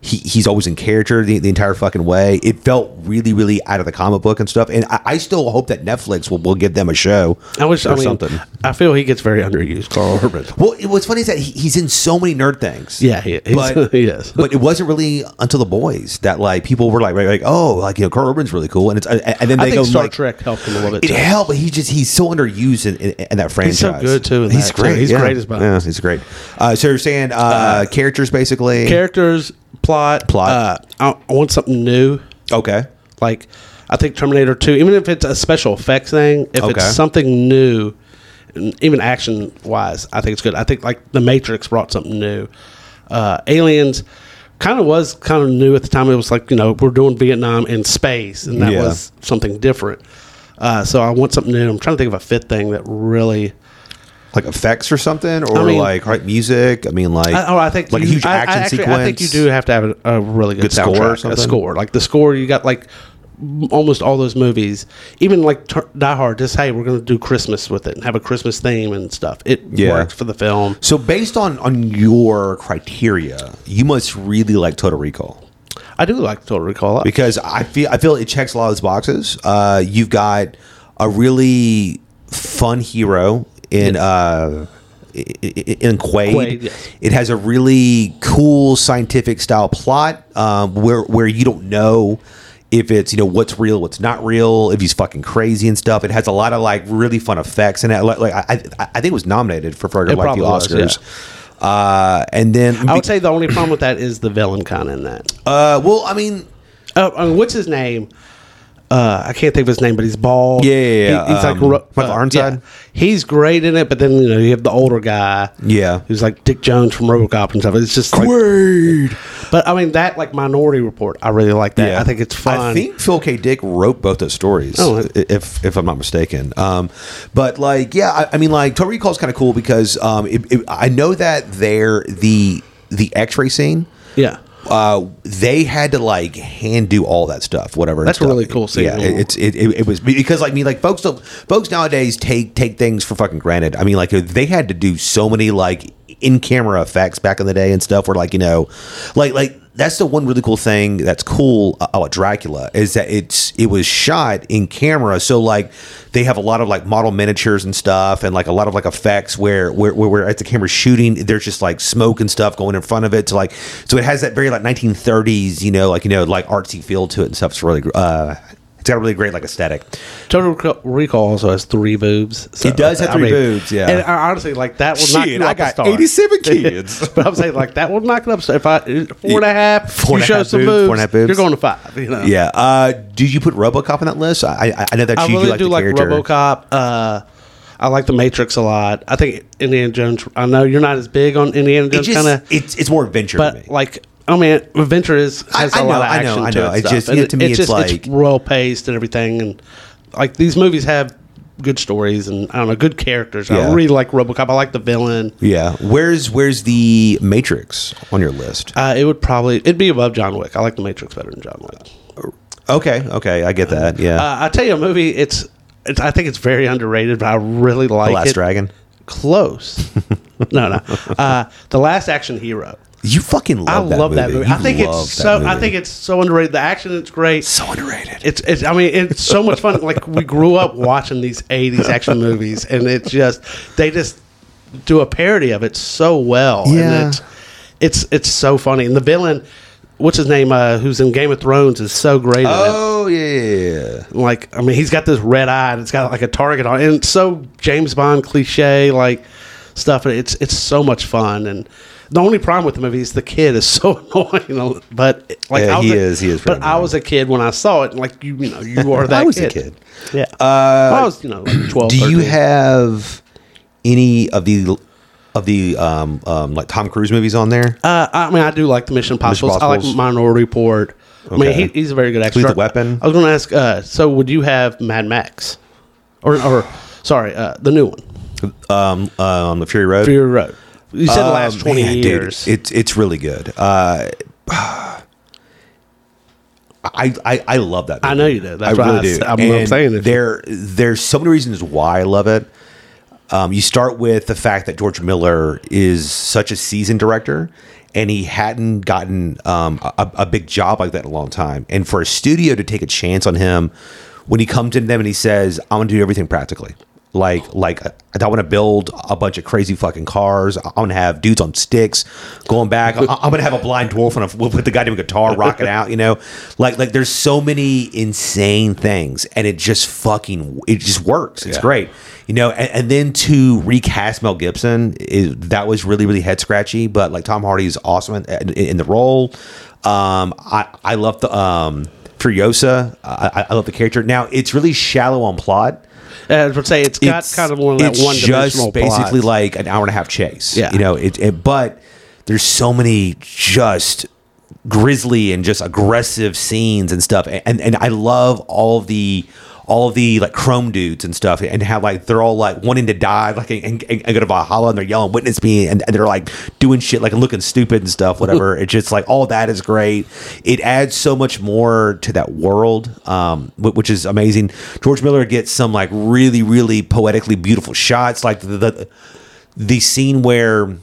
Speaker 1: He, he's always in character the, the entire fucking way. It felt really, really out of the comic book and stuff. And I, I still hope that Netflix will, will give them a show
Speaker 2: I wish.
Speaker 1: or
Speaker 2: I mean,
Speaker 1: something.
Speaker 2: I feel he gets very underused, Carl Urban.
Speaker 1: Well, it, what's funny is that he, he's in so many nerd things.
Speaker 2: Yeah, he- he's-
Speaker 1: but,
Speaker 2: he is.
Speaker 1: But it wasn't really until the boys that like people were like, right, like, oh, like you know, Carl Urban's really cool, and it's and then they
Speaker 2: I think
Speaker 1: go
Speaker 2: Star
Speaker 1: like,
Speaker 2: Trek helped him a little bit.
Speaker 1: It
Speaker 2: too.
Speaker 1: helped, but he just he's so underused in, in, in that franchise.
Speaker 2: He's so good, too, in
Speaker 1: he's
Speaker 2: that, too.
Speaker 1: great.
Speaker 2: He's
Speaker 1: yeah.
Speaker 2: great as Bones.
Speaker 1: Yeah, he's great. Uh, so you're saying uh, characters basically.
Speaker 2: Characters, plot,
Speaker 1: Plot.
Speaker 2: Uh, I, I want something new.
Speaker 1: okay.
Speaker 2: Like I think Terminator Two, even if it's a special effects thing, if
Speaker 1: Okay.
Speaker 2: it's something new, n- even action wise, I think it's good. I think like The Matrix brought something new. Uh, Aliens kind of was kind of new at the time. It was like you know we're doing Vietnam in space, and that
Speaker 1: Yeah.
Speaker 2: was something different. Uh, so I want something new. I'm trying to think of a fifth thing that really.
Speaker 1: Like effects or something, or
Speaker 2: I mean-
Speaker 1: like right, music. I mean, like
Speaker 2: I, oh, I think
Speaker 1: like
Speaker 2: you-
Speaker 1: a huge
Speaker 2: I- I
Speaker 1: action
Speaker 2: actually-
Speaker 1: sequence.
Speaker 2: I think you do have to have a, a really good,
Speaker 1: Good score or
Speaker 2: soundtrack,
Speaker 1: something?
Speaker 2: A score like the score you got like m- almost all those movies, even like Tur- Die Hard. Just hey, we're gonna do Christmas with it and have a Christmas theme and stuff. It
Speaker 1: Yeah.
Speaker 2: works for the film.
Speaker 1: So based on on your criteria, you must really like Total Recall.
Speaker 2: I do like Total Recall.
Speaker 1: because I feel I feel it checks a lot of those boxes. Uh, you've got a really fun hero in uh, i- i- in Quaid.
Speaker 2: Quaid, yes.
Speaker 1: It has a really cool scientific style plot um, where where you don't know if it's you know what's real, what's not real, if he's fucking crazy and stuff. It has a lot of like really fun effects and like, like I I I think it was nominated for for
Speaker 2: It
Speaker 1: like the
Speaker 2: probably was,
Speaker 1: Oscars. Uh, and then
Speaker 2: I would say the only problem with that is the villain kind of in that.
Speaker 1: uh, well, I mean,
Speaker 2: Uh, I mean, what's his name? Uh, I can't think of his name, but he's bald.
Speaker 1: Yeah, yeah, yeah.
Speaker 2: He- he's
Speaker 1: Um,
Speaker 2: like uh,
Speaker 1: Michael Ironside?
Speaker 2: yeah. He's great in it, but then you know you have the older guy.
Speaker 1: Yeah.
Speaker 2: who's like Dick Jones from RoboCop and stuff. It's just like,
Speaker 1: Quaid.
Speaker 2: but I mean that like Minority Report. I really like that. I think it's fun.
Speaker 1: I think Phil K. Dick wrote both those stories,
Speaker 2: Oh.
Speaker 1: i- if if I'm not mistaken. Um, but like, yeah, I, I mean, like, Total Recall is kind of cool because um, it, it, I know that there the the X-ray scene.
Speaker 2: yeah.
Speaker 1: Uh, they had to like hand do all that stuff, whatever. and
Speaker 2: That's a
Speaker 1: stuff.
Speaker 2: really cool scene.
Speaker 1: Yeah, it, it's it, it, it was because like I mean, like folks don't folks nowadays take take things for fucking granted. I mean, like they had to do so many like in camera effects back in the day and stuff. Where like you know, like like that's the one really cool thing that's cool about Dracula is that it's it was shot in camera. So like they have a lot of like model miniatures and stuff, and like a lot of like effects where where where, where at the camera shooting, there's just like smoke and stuff going in front of it. So like so it has that very like 1930s, you know, like you know like artsy feel to it and stuff. It's really gr- uh, it's got a really great like aesthetic.
Speaker 2: Total Recall- Recall also has three boobs. so-
Speaker 1: It does have three boobs, yeah.
Speaker 2: And I, honestly, like that will knock
Speaker 1: Shit,
Speaker 2: you up
Speaker 1: I
Speaker 2: a
Speaker 1: got
Speaker 2: star.
Speaker 1: 87 kids.
Speaker 2: but I'm saying like that will knock it up. So if I four and a half,
Speaker 1: Four and
Speaker 2: you
Speaker 1: a
Speaker 2: show
Speaker 1: half
Speaker 2: some
Speaker 1: boobs,
Speaker 2: boobs,
Speaker 1: four and a half boobs.
Speaker 2: you're going to five. You know.
Speaker 1: Yeah. Uh, do you put RoboCop on that list? I I, I know that
Speaker 2: I
Speaker 1: you
Speaker 2: really
Speaker 1: like
Speaker 2: do
Speaker 1: the
Speaker 2: like
Speaker 1: character.
Speaker 2: RoboCop. Uh, I like the Matrix a lot. I think Indiana Jones. I know you're not as big on Indiana
Speaker 1: It
Speaker 2: Jones,
Speaker 1: just
Speaker 2: kind of,
Speaker 1: it's it's more adventure to me.
Speaker 2: but like. I mean, Adventure is has
Speaker 1: I-
Speaker 2: a
Speaker 1: I know,
Speaker 2: lot of
Speaker 1: I know,
Speaker 2: action
Speaker 1: I
Speaker 2: to
Speaker 1: know.
Speaker 2: it.
Speaker 1: It's
Speaker 2: stuff.
Speaker 1: just-
Speaker 2: And
Speaker 1: yeah, to me, it's like-
Speaker 2: it's well paced and everything, and like these movies have good stories and I don't know, good characters.
Speaker 1: Yeah.
Speaker 2: I really like RoboCop. I like the villain.
Speaker 1: yeah. Where's where's the Matrix on your list?
Speaker 2: Uh, it would probably it'd be above John Wick. I like the Matrix better than John Wick.
Speaker 1: Okay. Okay. I get that. Yeah.
Speaker 2: Uh, I tell you, a movie. It's, it's. I think it's very underrated, but I really like
Speaker 1: the Last
Speaker 2: it.
Speaker 1: Dragon.
Speaker 2: Close. no, no. Uh, the Last Action Hero.
Speaker 1: You fucking
Speaker 2: I
Speaker 1: love that
Speaker 2: love
Speaker 1: movie.
Speaker 2: that movie.
Speaker 1: You
Speaker 2: I think
Speaker 1: love
Speaker 2: it's
Speaker 1: that
Speaker 2: so. I
Speaker 1: movie.
Speaker 2: think it's so underrated. The action is great.
Speaker 1: so underrated.
Speaker 2: It's, it's. I mean, it's so much fun. Like we grew up watching these '80s action movies, and it's just they just do a parody of it so well.
Speaker 1: Yeah.
Speaker 2: And it's, it's it's so funny, and the villain. What's his name? Uh, who's in Game of Thrones is so great. in it
Speaker 1: oh yeah, yeah. yeah.
Speaker 2: like I mean he's got this red eye and it's got like a target on it. and it's so James Bond cliche like stuff and it's it's so much fun and the only problem with the movie is the kid is so annoying but like
Speaker 1: Yeah,
Speaker 2: I was
Speaker 1: he
Speaker 2: a-
Speaker 1: is- he is
Speaker 2: but
Speaker 1: pretty
Speaker 2: I was a kid when I saw it and like you you know you are that
Speaker 1: I was a
Speaker 2: kid.
Speaker 1: kid.
Speaker 2: yeah
Speaker 1: Uh,
Speaker 2: I was you know like 12
Speaker 1: do you
Speaker 2: 13.
Speaker 1: have any of the of the um, um like Tom Cruise movies on there?
Speaker 2: uh, I mean I do like the Mission Impossible I like
Speaker 1: Impossibles.
Speaker 2: Minority Report I mean
Speaker 1: Okay.
Speaker 2: he, he's a very good actor
Speaker 1: Lethal Weapon.
Speaker 2: I was going to ask uh, so would you have Mad Max or or sorry uh, the new one
Speaker 1: um, um, the Fury Road.
Speaker 2: Fury Road. You said the
Speaker 1: Um,
Speaker 2: last twenty
Speaker 1: man, dude,
Speaker 2: years.
Speaker 1: it's it's really good. Uh, I, I I love that.
Speaker 2: I
Speaker 1: movie.
Speaker 2: know you do. That's why I s- I'm- I'm
Speaker 1: And
Speaker 2: saying it.
Speaker 1: There there's so many reasons why I love it. Um, you start with the fact that George Miller is such a seasoned director, and he hadn't gotten um, a, a big job like that in a long time. And for a studio to take a chance on him when he comes into them and he says, "I'm going to do everything practically." Like, like I want to build a bunch of crazy fucking cars. I'm gonna have dudes on sticks going back. I- I'm gonna have a blind dwarf on a, with with the goddamn guitar rocking out. You know, like like there's so many insane things, and it just fucking it just works. It's
Speaker 2: Yeah.
Speaker 1: great great. You know, and, and then to recast Mel Gibson, is, that was really, really head scratchy. But like Tom Hardy is awesome in, in, in the role. Um, I, I love the um, Furiosa. I, I- I love the character. Now, it's really shallow on plot.
Speaker 2: Uh, I would say it's got kind of one of that
Speaker 1: it's
Speaker 2: one dimensional
Speaker 1: just basically
Speaker 2: plot.
Speaker 1: like an hour and a half chase.
Speaker 2: Yeah.
Speaker 1: You know, it, it- but there's so many just grisly and just aggressive scenes and stuff. And and I love all the all the like chrome dudes and stuff and how like they're all like wanting to die like and, and, and go to Valhalla and they're yelling witness me and, and they're like doing shit like looking stupid and stuff whatever it's just like all that is great it adds so much more to that world um wh- which is amazing George Miller gets some like really really poetically beautiful shots like the, the the scene where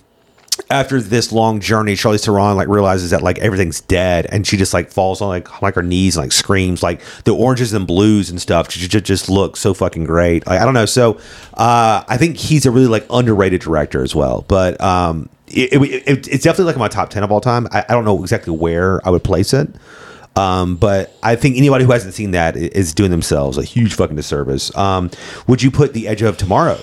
Speaker 1: after this long journey, Charlize Theron like realizes that like everything's dead, and she just like falls on like on, like her knees and like screams like the oranges and blues and stuff. She just, just looks so fucking great. Like I don't know. So uh, I think he's a really like underrated director as well. But um, it, it, it- it's definitely like in my top ten of all time. I, I don't know exactly where I would place it. Um, but I think anybody who hasn't seen that i- is doing themselves a huge fucking disservice. Um, would you put The Edge of Tomorrow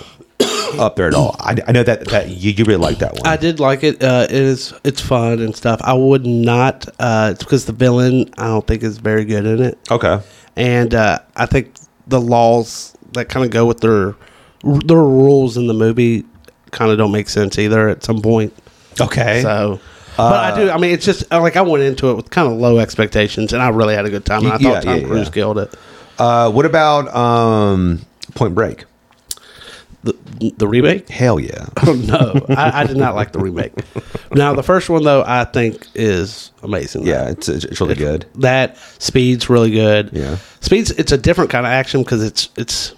Speaker 1: up there at all? I, I know that that you, you really like that one.
Speaker 2: I did like it. Uh, it is it's fun and stuff. I would not. Uh, it's because the villain I don't think is very good in it,
Speaker 1: Okay.
Speaker 2: and uh, I think the laws that kind of go with their their rules in the movie kind of don't make sense either at some point.
Speaker 1: Okay.
Speaker 2: So, but I do. I mean, it's just uh, like I went into it with kind of low expectations, and I really had a good time. And I
Speaker 1: Yeah,
Speaker 2: thought Tom
Speaker 1: yeah,
Speaker 2: Cruise
Speaker 1: yeah.
Speaker 2: killed it.
Speaker 1: uh, what about um, Point Break?
Speaker 2: The, the remake.
Speaker 1: Hell yeah.
Speaker 2: Oh, no, I, I did not like the remake. Now the first one though, I think is amazing.
Speaker 1: Yeah, it's, it's it's really good.
Speaker 2: that speed's really good.
Speaker 1: Yeah.
Speaker 2: speed's it's a different kind of action because it's it's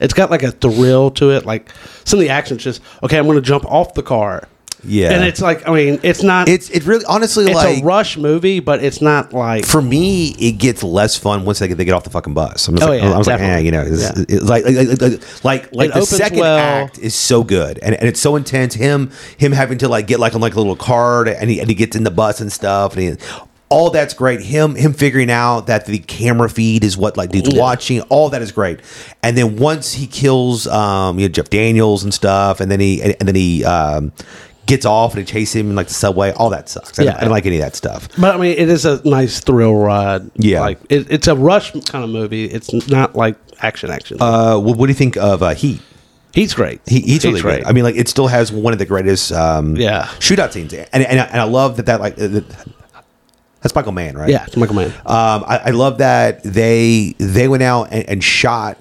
Speaker 2: it's got like a thrill to it. Like some of the action's just okay. I'm going to jump off the car.
Speaker 1: Yeah.
Speaker 2: and it's like I mean, it's not. It's,
Speaker 1: It's it really honestly like
Speaker 2: a rush movie, but it's not like
Speaker 1: for me it gets less fun once they get, they get off the fucking bus. I'm just
Speaker 2: Oh,
Speaker 1: like,
Speaker 2: yeah,
Speaker 1: I was like, eh,
Speaker 2: definitely.
Speaker 1: you know, it's,
Speaker 2: Yeah.
Speaker 1: it's like like like like, like
Speaker 2: It
Speaker 1: the
Speaker 2: opens
Speaker 1: second
Speaker 2: well.
Speaker 1: act is so good and, and it's so intense. Him him having to like get like on like a little card and he, and he gets in the bus and stuff and he, all that's great. Him him figuring out that the camera feed is what like dude's watching. All that is great. And then once he kills um you know Jeff Daniels and stuff, and then he and, and then he um gets off and they chase him in like the subway. All that sucks. I,
Speaker 2: Yeah.
Speaker 1: don't, I don't like any of that stuff.
Speaker 2: But I mean, it is a nice thrill ride.
Speaker 1: Yeah.
Speaker 2: like it, it's a rush kind of movie. It's not like action action.
Speaker 1: Uh, wh- what do you think of uh, Heat?
Speaker 2: he's great.
Speaker 1: He, he's really
Speaker 2: great.
Speaker 1: great. I mean, like it still has one of the greatest um,
Speaker 2: Yeah.
Speaker 1: shootout scenes, and and, I- and I love that that like uh, that, that's Michael Mann, right?
Speaker 2: yeah, it's Michael Mann.
Speaker 1: Um, I, I love that they they went out and, and shot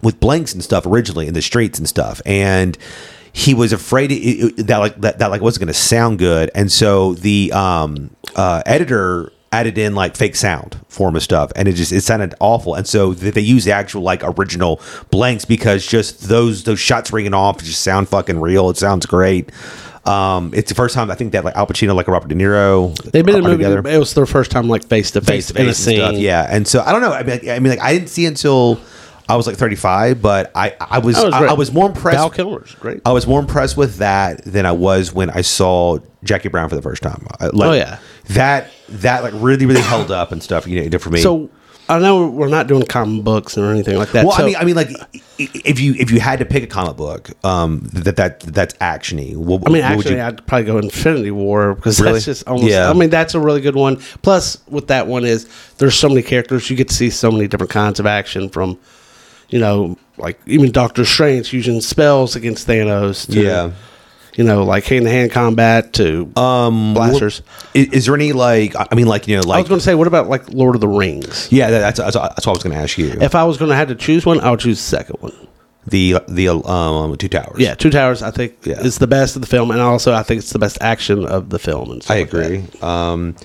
Speaker 1: with blanks and stuff originally in the streets and stuff, and he was afraid it, it- that like that, that like wasn't going to sound good, and so the um, uh, editor added in like fake sound form of stuff, and it just it sounded awful, and so th- they use the actual like original blanks because just those those shots ringing off just sound fucking real. It sounds great. Um, it's the first time I think that like Al Pacino, like Robert De Niro,
Speaker 2: They've been in
Speaker 1: are
Speaker 2: a movie.
Speaker 1: together
Speaker 2: It was their first time like face to face in a
Speaker 1: face-to-face
Speaker 2: scene.
Speaker 1: Yeah, and so I don't know. I mean, like, I mean, like I didn't see it until I was like 35, but I I was
Speaker 2: That was
Speaker 1: I,
Speaker 2: great.
Speaker 1: I was more
Speaker 2: Val
Speaker 1: impressed.
Speaker 2: Kilmer's great.
Speaker 1: I was more impressed with that than I was when I saw Jackie Brown for the first time. I- Like,
Speaker 2: Oh, yeah.
Speaker 1: that that like really really held up and stuff. You know, for me.
Speaker 2: So I know we're not doing comic books or anything like that.
Speaker 1: well,
Speaker 2: so
Speaker 1: I mean, I mean, like i- i- if you if you had to pick a comic book, um, that that that's actiony. What,
Speaker 2: I mean,
Speaker 1: what would
Speaker 2: actually,
Speaker 1: you-
Speaker 2: I'd probably go Infinity War because
Speaker 1: Really?
Speaker 2: that's just almost.
Speaker 1: Yeah.
Speaker 2: I mean, that's a really good one. Plus, with that one is there's so many characters you get to see so many different kinds of action from, you know, like even Doctor Strange using spells against Thanos. To,
Speaker 1: Yeah.
Speaker 2: You know, like hand to hand combat to um, blasters.
Speaker 1: I- is, there any like I I mean, like you know,
Speaker 2: I was
Speaker 1: like
Speaker 2: going to say, what about like Lord of the Rings?
Speaker 1: yeah, that, that's, that's that's what I was going to ask you.
Speaker 2: If I was going to have to choose one, I would choose the second one.
Speaker 1: the the um two towers.
Speaker 2: Yeah, Two Towers. I think
Speaker 1: Yeah.
Speaker 2: is the best of the film, and also I think it's the best action of the film. And stuff
Speaker 1: I
Speaker 2: like that.
Speaker 1: agree. Um,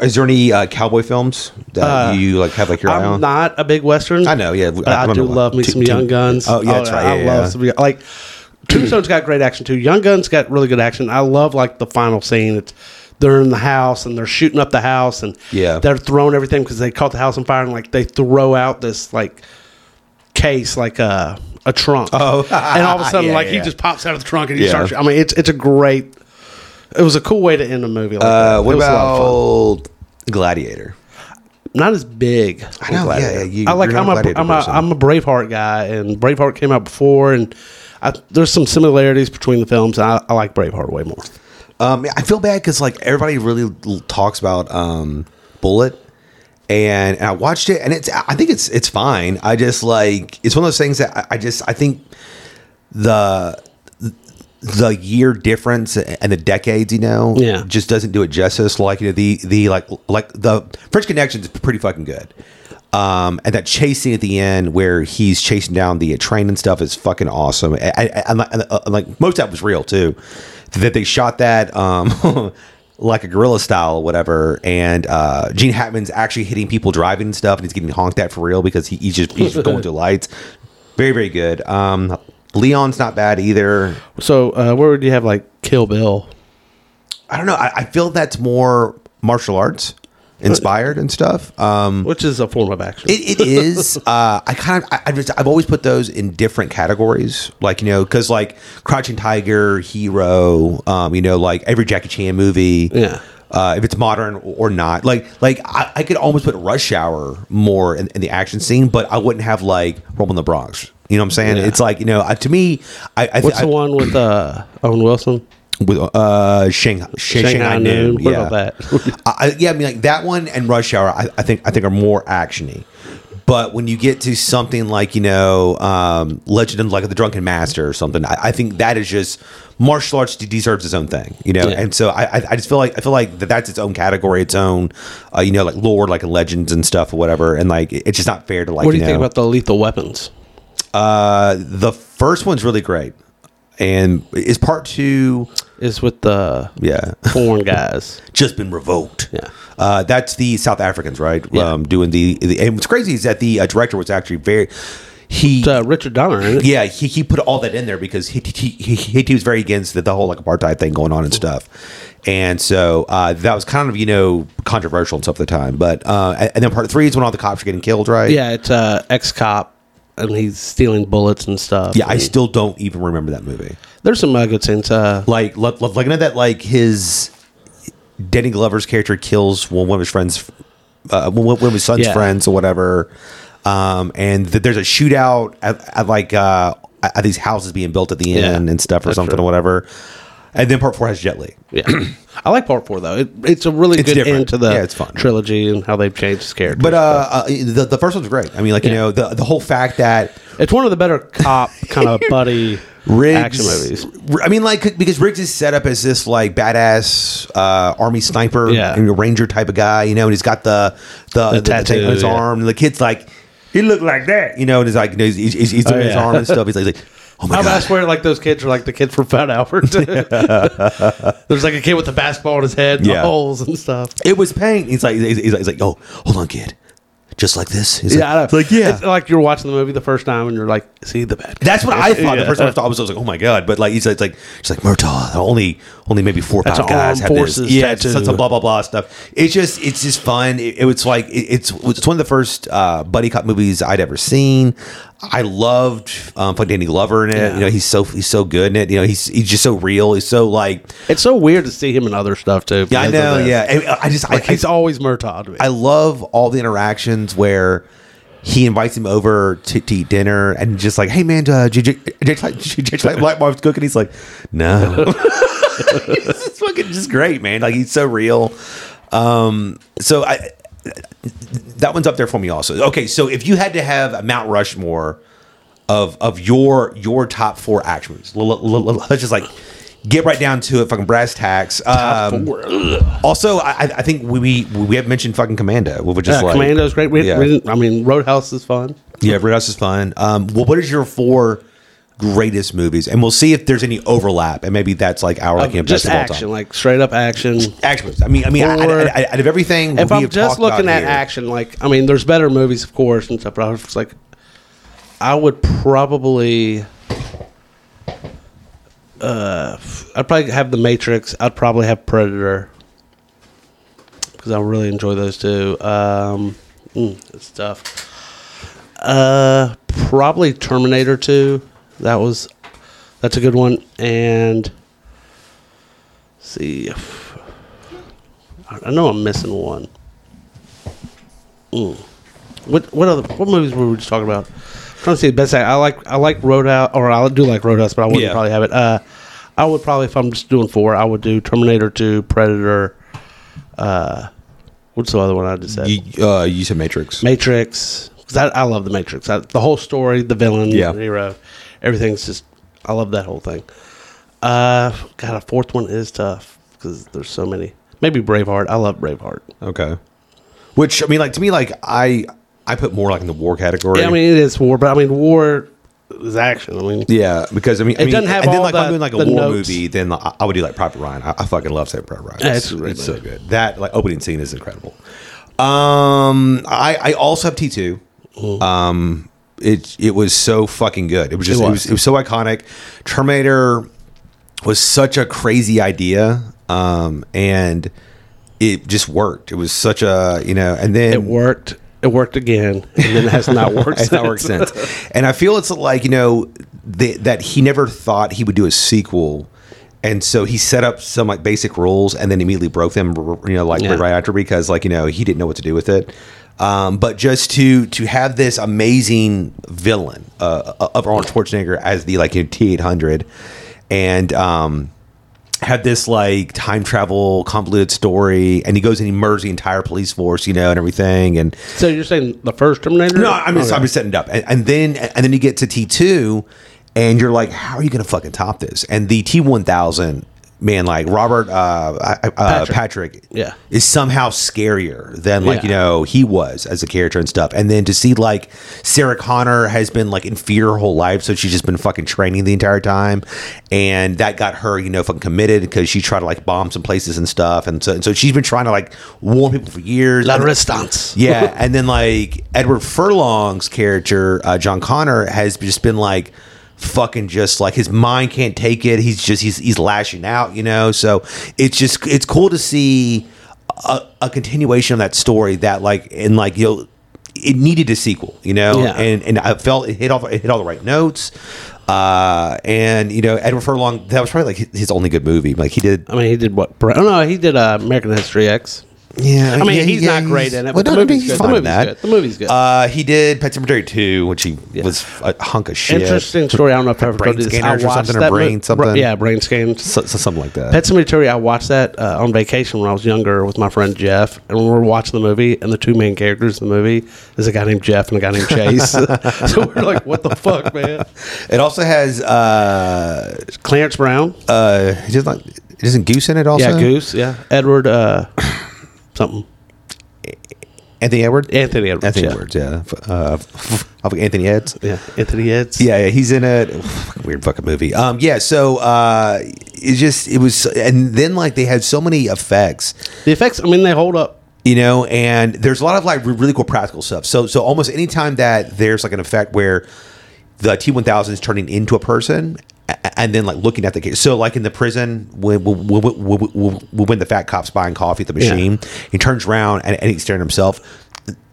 Speaker 1: is there any uh, cowboy films that you like have like your eye
Speaker 2: Uh, I'm
Speaker 1: on?
Speaker 2: not a big western.
Speaker 1: I know, yeah.
Speaker 2: but
Speaker 1: I- I
Speaker 2: I,
Speaker 1: don't
Speaker 2: do
Speaker 1: know why.
Speaker 2: love me
Speaker 1: Two-
Speaker 2: some
Speaker 1: two-
Speaker 2: Young Guns.
Speaker 1: Oh, yeah, that's right,
Speaker 2: I
Speaker 1: yeah,
Speaker 2: love
Speaker 1: yeah.
Speaker 2: some like Tombstone's got great action too. Young Guns got really good action. I love like the final scene. It's they're in the house and they're shooting up the house and
Speaker 1: Yeah.
Speaker 2: they're throwing everything because they caught the house on fire and like they throw out this like case like a a trunk.
Speaker 1: Oh.
Speaker 2: and all of a sudden
Speaker 1: Yeah,
Speaker 2: like he
Speaker 1: yeah.
Speaker 2: just pops out of the trunk and he
Speaker 1: Yeah.
Speaker 2: starts. I mean, it's it's a great. It was a cool way to end a movie. Like
Speaker 1: uh,
Speaker 2: that.
Speaker 1: what
Speaker 2: It was a lot of fun
Speaker 1: about Gladiator?
Speaker 2: not as big.
Speaker 1: I know,
Speaker 2: Gladiator.
Speaker 1: yeah, yeah, you-
Speaker 2: I like.
Speaker 1: you're
Speaker 2: I'm
Speaker 1: not a
Speaker 2: a,
Speaker 1: Gladiator
Speaker 2: I'm a
Speaker 1: person.
Speaker 2: I'm a Braveheart guy, and Braveheart came out before, and I, there's some similarities between the films. And I, I like Braveheart way more.
Speaker 1: Um, I feel bad because like everybody really l- talks about um, Bullet, and, and I watched it, and it's I think it's it's fine. I just like it's one of those things that I, I just I think the the year difference and the decades, you know,
Speaker 2: Yeah.
Speaker 1: just doesn't do it justice. Like you know the the like like the French Connection is pretty fucking good. Um, and that chase scene at the end where he's chasing down the train and stuff is fucking awesome. I, I, I'm, like- I'm like most of that was real too. That they shot that um, like a guerrilla style or whatever, and uh, Gene Hackman's actually hitting people driving and stuff, and he's getting honked at for real because he, he's just he's just going through lights. Very very good. Um, Leon's not bad either.
Speaker 2: So uh, where would you have like Kill Bill?
Speaker 1: I don't know. I, I feel that's more martial arts inspired and stuff. Um,
Speaker 2: which is a form of action.
Speaker 1: it, it is. Uh, I kind of. I, I just, I've always put those in different categories, like you know, because like Crouching Tiger, Hero, um, you know, like every Jackie Chan movie.
Speaker 2: Yeah.
Speaker 1: Uh, if it's modern or not, like like I, I could almost put Rush Hour more in, in the action scene, but I wouldn't have like Rumble in the Bronx. You know what I'm saying?
Speaker 2: Yeah.
Speaker 1: It's like you know, I, to me, I, I
Speaker 2: What's
Speaker 1: I,
Speaker 2: the one with uh, Owen Wilson?
Speaker 1: with uh Shanghai, Shanghai,
Speaker 2: Shanghai
Speaker 1: Noon.
Speaker 2: Noon. What about that?
Speaker 1: I, I- yeah, I mean like that one and Rush Hour. I, I think I think are more actiony. But when you get to something like you know um, Legend of like the Drunken Master or something, I, I think that is just martial arts deserves its own thing, you know.
Speaker 2: Yeah.
Speaker 1: And so I, I I just feel like I feel like that that's its own category, its own uh, you know like lore, like legends and stuff or whatever. And like it- it's just not fair to like
Speaker 2: What do you
Speaker 1: know,
Speaker 2: think about the lethal weapons?
Speaker 1: uh, the first one's really great, and is part two
Speaker 2: Is with the
Speaker 1: yeah
Speaker 2: foreign guys.
Speaker 1: just been revoked.
Speaker 2: Yeah.
Speaker 1: Uh, that's the South Africans, right?
Speaker 2: Yeah.
Speaker 1: Um, doing the, the and what's crazy is that the uh, director was actually very he.
Speaker 2: It's, uh, Richard Donner. Isn't it?
Speaker 1: yeah, he, he put all that in there because he he, he, he he was very against the, the whole like apartheid thing going on and stuff, and so uh, that was kind of you know controversial and stuff at the time. But uh, and- and then part three is when all the cops are getting killed, right?
Speaker 2: Yeah, it's uh, ex cop, and he's stealing bullets and stuff.
Speaker 1: yeah. I
Speaker 2: And
Speaker 1: still don't even remember that movie.
Speaker 2: there's some uh, good scenes. Uh,
Speaker 1: Like lo- lo- looking at that, like his Danny Glover's character kills one one of his friends, uh, one one of his son's
Speaker 2: Yeah.
Speaker 1: friends or whatever. Um, and th- there's a shootout at, at like uh, at at these houses being built at the
Speaker 2: Yeah,
Speaker 1: end and stuff or
Speaker 2: that's
Speaker 1: something
Speaker 2: true.
Speaker 1: or whatever. And then part four has Jet Li.
Speaker 2: yeah, I like part four though. It, it's a really
Speaker 1: It's
Speaker 2: good
Speaker 1: different.
Speaker 2: end to the
Speaker 1: Yeah, it's fun.
Speaker 2: trilogy and how they've changed his character.
Speaker 1: But uh, uh, the the first one's great. I mean, like you know, the the whole fact that
Speaker 2: it's one of the better cop kind of buddy
Speaker 1: Riggs, Oh
Speaker 2: action movies.
Speaker 1: I mean, like because Riggs is set up as this like badass uh, army sniper,
Speaker 2: Yeah.
Speaker 1: and a ranger type of guy, you know, and he's got the the, the,
Speaker 2: tattoo,
Speaker 1: thing on his
Speaker 2: yeah.
Speaker 1: arm, and the kid's like, he looked like that, you know, and he's like, you know, he's, he's, he's doing his
Speaker 2: Oh, yeah.
Speaker 1: arm and stuff. He's like, he's like, oh my
Speaker 2: I, I
Speaker 1: god,
Speaker 2: swear, like those kids are like the kid from Fat Albert. There's like a kid with a basketball in his head, and
Speaker 1: Yeah.
Speaker 2: holes and stuff.
Speaker 1: it was pain. He's like, he's, he's like, he's like, oh, hold on, kid, just like this. He's
Speaker 2: Yeah, I know.
Speaker 1: like, like yeah.
Speaker 2: It's like you're watching the movie the first time and you're like, see the bad. guy.
Speaker 1: that's what I thought. The
Speaker 2: Yeah.
Speaker 1: first time I thought I was, I was like, "Oh my god!" But like, he's like, it's like, it's like Murtaugh. Only, only maybe four or
Speaker 2: That's
Speaker 1: five
Speaker 2: an
Speaker 1: guys
Speaker 2: armed
Speaker 1: have this.
Speaker 2: forces
Speaker 1: Yeah, it's
Speaker 2: tattoo.
Speaker 1: some blah blah blah stuff. It's just, it's just fun. It, it was like, it, it's it's one of the first uh, buddy cop movies I'd ever seen. I loved um, fucking Danny Glover in it.
Speaker 2: Yeah.
Speaker 1: You know, he's so he's so good in it. You know, he's he's just so real. He's so like,
Speaker 2: It's so weird to see him in other stuff too.
Speaker 1: yeah, I
Speaker 2: because of
Speaker 1: know,
Speaker 2: this.
Speaker 1: yeah. And uh, I just,
Speaker 2: Like
Speaker 1: I, I,
Speaker 2: he's always Murtaugh to me.
Speaker 1: I love all the interactions where he invites him over to, to eat dinner and just like, hey man, uh, did you did you like- did you like Black Marv's cooking? He's like, no. it's just fucking just great, man. Like he's so real. Um, so I that one's up there for me also. Okay, so if you had to have a Mount Rushmore of of your your top four action movies, l- l- l- l- let's just like get right down to it, fucking brass tacks. Um, also, I, I- I think we, we we have mentioned fucking Commando, which is
Speaker 2: yeah,
Speaker 1: like
Speaker 2: Commando's great. We,
Speaker 1: yeah,
Speaker 2: we didn't, I mean, Roadhouse is fun.
Speaker 1: yeah, Red House is fun. Um, well, what is your four greatest movies? And we'll see if there's any overlap, and maybe that's like our like,
Speaker 2: Um,
Speaker 1: best
Speaker 2: just
Speaker 1: of all
Speaker 2: action,
Speaker 1: time.
Speaker 2: like straight up action.
Speaker 1: Action movies. I mean, I mean, I- I-
Speaker 2: Or-
Speaker 1: I- out of everything,
Speaker 2: If
Speaker 1: we
Speaker 2: I'm
Speaker 1: have
Speaker 2: just
Speaker 1: talked about
Speaker 2: looking at
Speaker 1: here-
Speaker 2: action, like I mean, there's better movies, of course, and stuff. But I was just like, I would probably, uh, I'd probably have The Matrix. I'd probably have Predator because I really enjoy those two. Um, mm, it's tough. Uh, probably Terminator Two. That was, that's a good one. And let's see, if- I I know I'm missing one. Mm. What what other what movies were we just talking about? I'm trying to see the best. act- I like I like Roadhouse, or I do like Roadhouse, but I wouldn't
Speaker 1: Yeah.
Speaker 2: probably have it. Uh, I would probably if I'm just doing four, I would do Terminator Two, Predator. Uh, what's the other one I just said?
Speaker 1: you, uh, you said Matrix.
Speaker 2: Matrix. 'Cause I, I love the Matrix. I, the whole story, the villain,
Speaker 1: Yeah.
Speaker 2: the hero, everything's just. I love that whole thing. Uh, God, a fourth one is tough because there's so many. Maybe Braveheart. I love Braveheart.
Speaker 1: Okay. Which I mean, like to me, like I I put more like in the war category.
Speaker 2: Yeah, I mean it is war, but I mean war is action. I mean,
Speaker 1: Yeah, because I mean, I
Speaker 2: It
Speaker 1: mean,
Speaker 2: doesn't have
Speaker 1: and then
Speaker 2: all
Speaker 1: like when I'm
Speaker 2: the-
Speaker 1: doing like a
Speaker 2: the
Speaker 1: war
Speaker 2: notes.
Speaker 1: movie, then like, I I would do like Private Ryan. I, I fucking love Saving Private Ryan.
Speaker 2: Yeah, it's a
Speaker 1: it's,
Speaker 2: great
Speaker 1: it's so
Speaker 2: movie.
Speaker 1: good. That like opening scene is incredible. Um, I I also have T two.
Speaker 2: Mm-hmm.
Speaker 1: Um, it it was so fucking good. It was just
Speaker 2: It
Speaker 1: it
Speaker 2: was.
Speaker 1: was it was so iconic. Terminator was such a crazy idea. um, and it just worked. It was such a you know, and then
Speaker 2: It worked. It worked again, and then it has not worked.
Speaker 1: it's not worked since. And I feel it's like you know the, that he never thought he would do a sequel, and so he set up some like basic rules and then immediately broke them. You know, like
Speaker 2: Yeah.
Speaker 1: right after because like you know he didn't know what to do with it. Um, but just to to have this amazing villain uh, of Arnold Schwarzenegger as the like T eight hundred, and um, had this like time travel convoluted story, and he goes and he murders the entire police force, you know, and everything, and
Speaker 2: So you're saying the first Terminator?
Speaker 1: no, I'm just, I'm just setting it up, and, and then and then you get to T2, and you're like, how are you going to fucking top this? And the T1000, man, like Robert uh, uh, Patrick. Patrick,
Speaker 2: Yeah.
Speaker 1: is somehow scarier than like
Speaker 2: Yeah.
Speaker 1: you know he was as a character and stuff. And then to see like Sarah Connor has been like in fear her whole life, so she's just been fucking training the entire time, and that got her you know fucking committed because she tried to like bomb some places and stuff, and so and so she's been trying to like warn people for years.
Speaker 2: La
Speaker 1: And-
Speaker 2: Resistance.
Speaker 1: yeah, and then like Edward Furlong's character, uh, John Connor, has just been like fucking just like his mind can't take it. He's just he's he's lashing out, you know. So it's just it's cool to see a, a continuation of that story that like and like you know it needed a sequel, you know,
Speaker 2: Yeah.
Speaker 1: and and I felt it hit all it hit all the right notes. Uh, and you know, Edward Furlong, that was probably like his only good movie. Like he did,
Speaker 2: I mean, he did what? Bra- Oh no, he did uh, American History X.
Speaker 1: yeah.
Speaker 2: I mean,
Speaker 1: yeah,
Speaker 2: he's
Speaker 1: yeah,
Speaker 2: not great in it,
Speaker 1: Well,
Speaker 2: but the
Speaker 1: no, no,
Speaker 2: movie's
Speaker 1: he's
Speaker 2: good. The
Speaker 1: fine in
Speaker 2: movie's
Speaker 1: that.
Speaker 2: good. The movie's good.
Speaker 1: Uh, he did Pet Cemetery 2, which he was a hunk of shit.
Speaker 2: Interesting story. I don't know if I ever
Speaker 1: Brain
Speaker 2: told you this. I
Speaker 1: scanners or something, or
Speaker 2: that
Speaker 1: brain
Speaker 2: mo-
Speaker 1: something.
Speaker 2: Yeah, brain scans.
Speaker 1: So- so something like that.
Speaker 2: Pet Cemetery. I watched that uh, on vacation when I was younger with my friend Jeff, and we were watching the movie. And the two main characters in the movie is a guy named Jeff and a guy named Chase. so we're like, "What the fuck, man?"
Speaker 1: it also has uh
Speaker 2: Clarence Brown.
Speaker 1: uh just like isn't Goose in it also?
Speaker 2: yeah, Goose. Yeah, Edward. Uh, something.
Speaker 1: Anthony Edwards?
Speaker 2: Anthony Edwards.
Speaker 1: Anthony
Speaker 2: yeah.
Speaker 1: Edwards, yeah. F- Uh, f- I think Anthony Eds.
Speaker 2: Yeah, Anthony Eds.
Speaker 1: Yeah, yeah, he's in a weird fucking movie. Um, yeah, so uh, it just it was, and then like they had so many effects.
Speaker 2: The effects. I mean, they hold up.
Speaker 1: you know and there's a lot of like re- really cool practical stuff so so almost anytime that there's like an effect where the t1000 is turning into a person a- and then like looking at the case so like in the prison when when, when, when, when the fat cop's buying coffee at the machine he turns around and, and he's staring at himself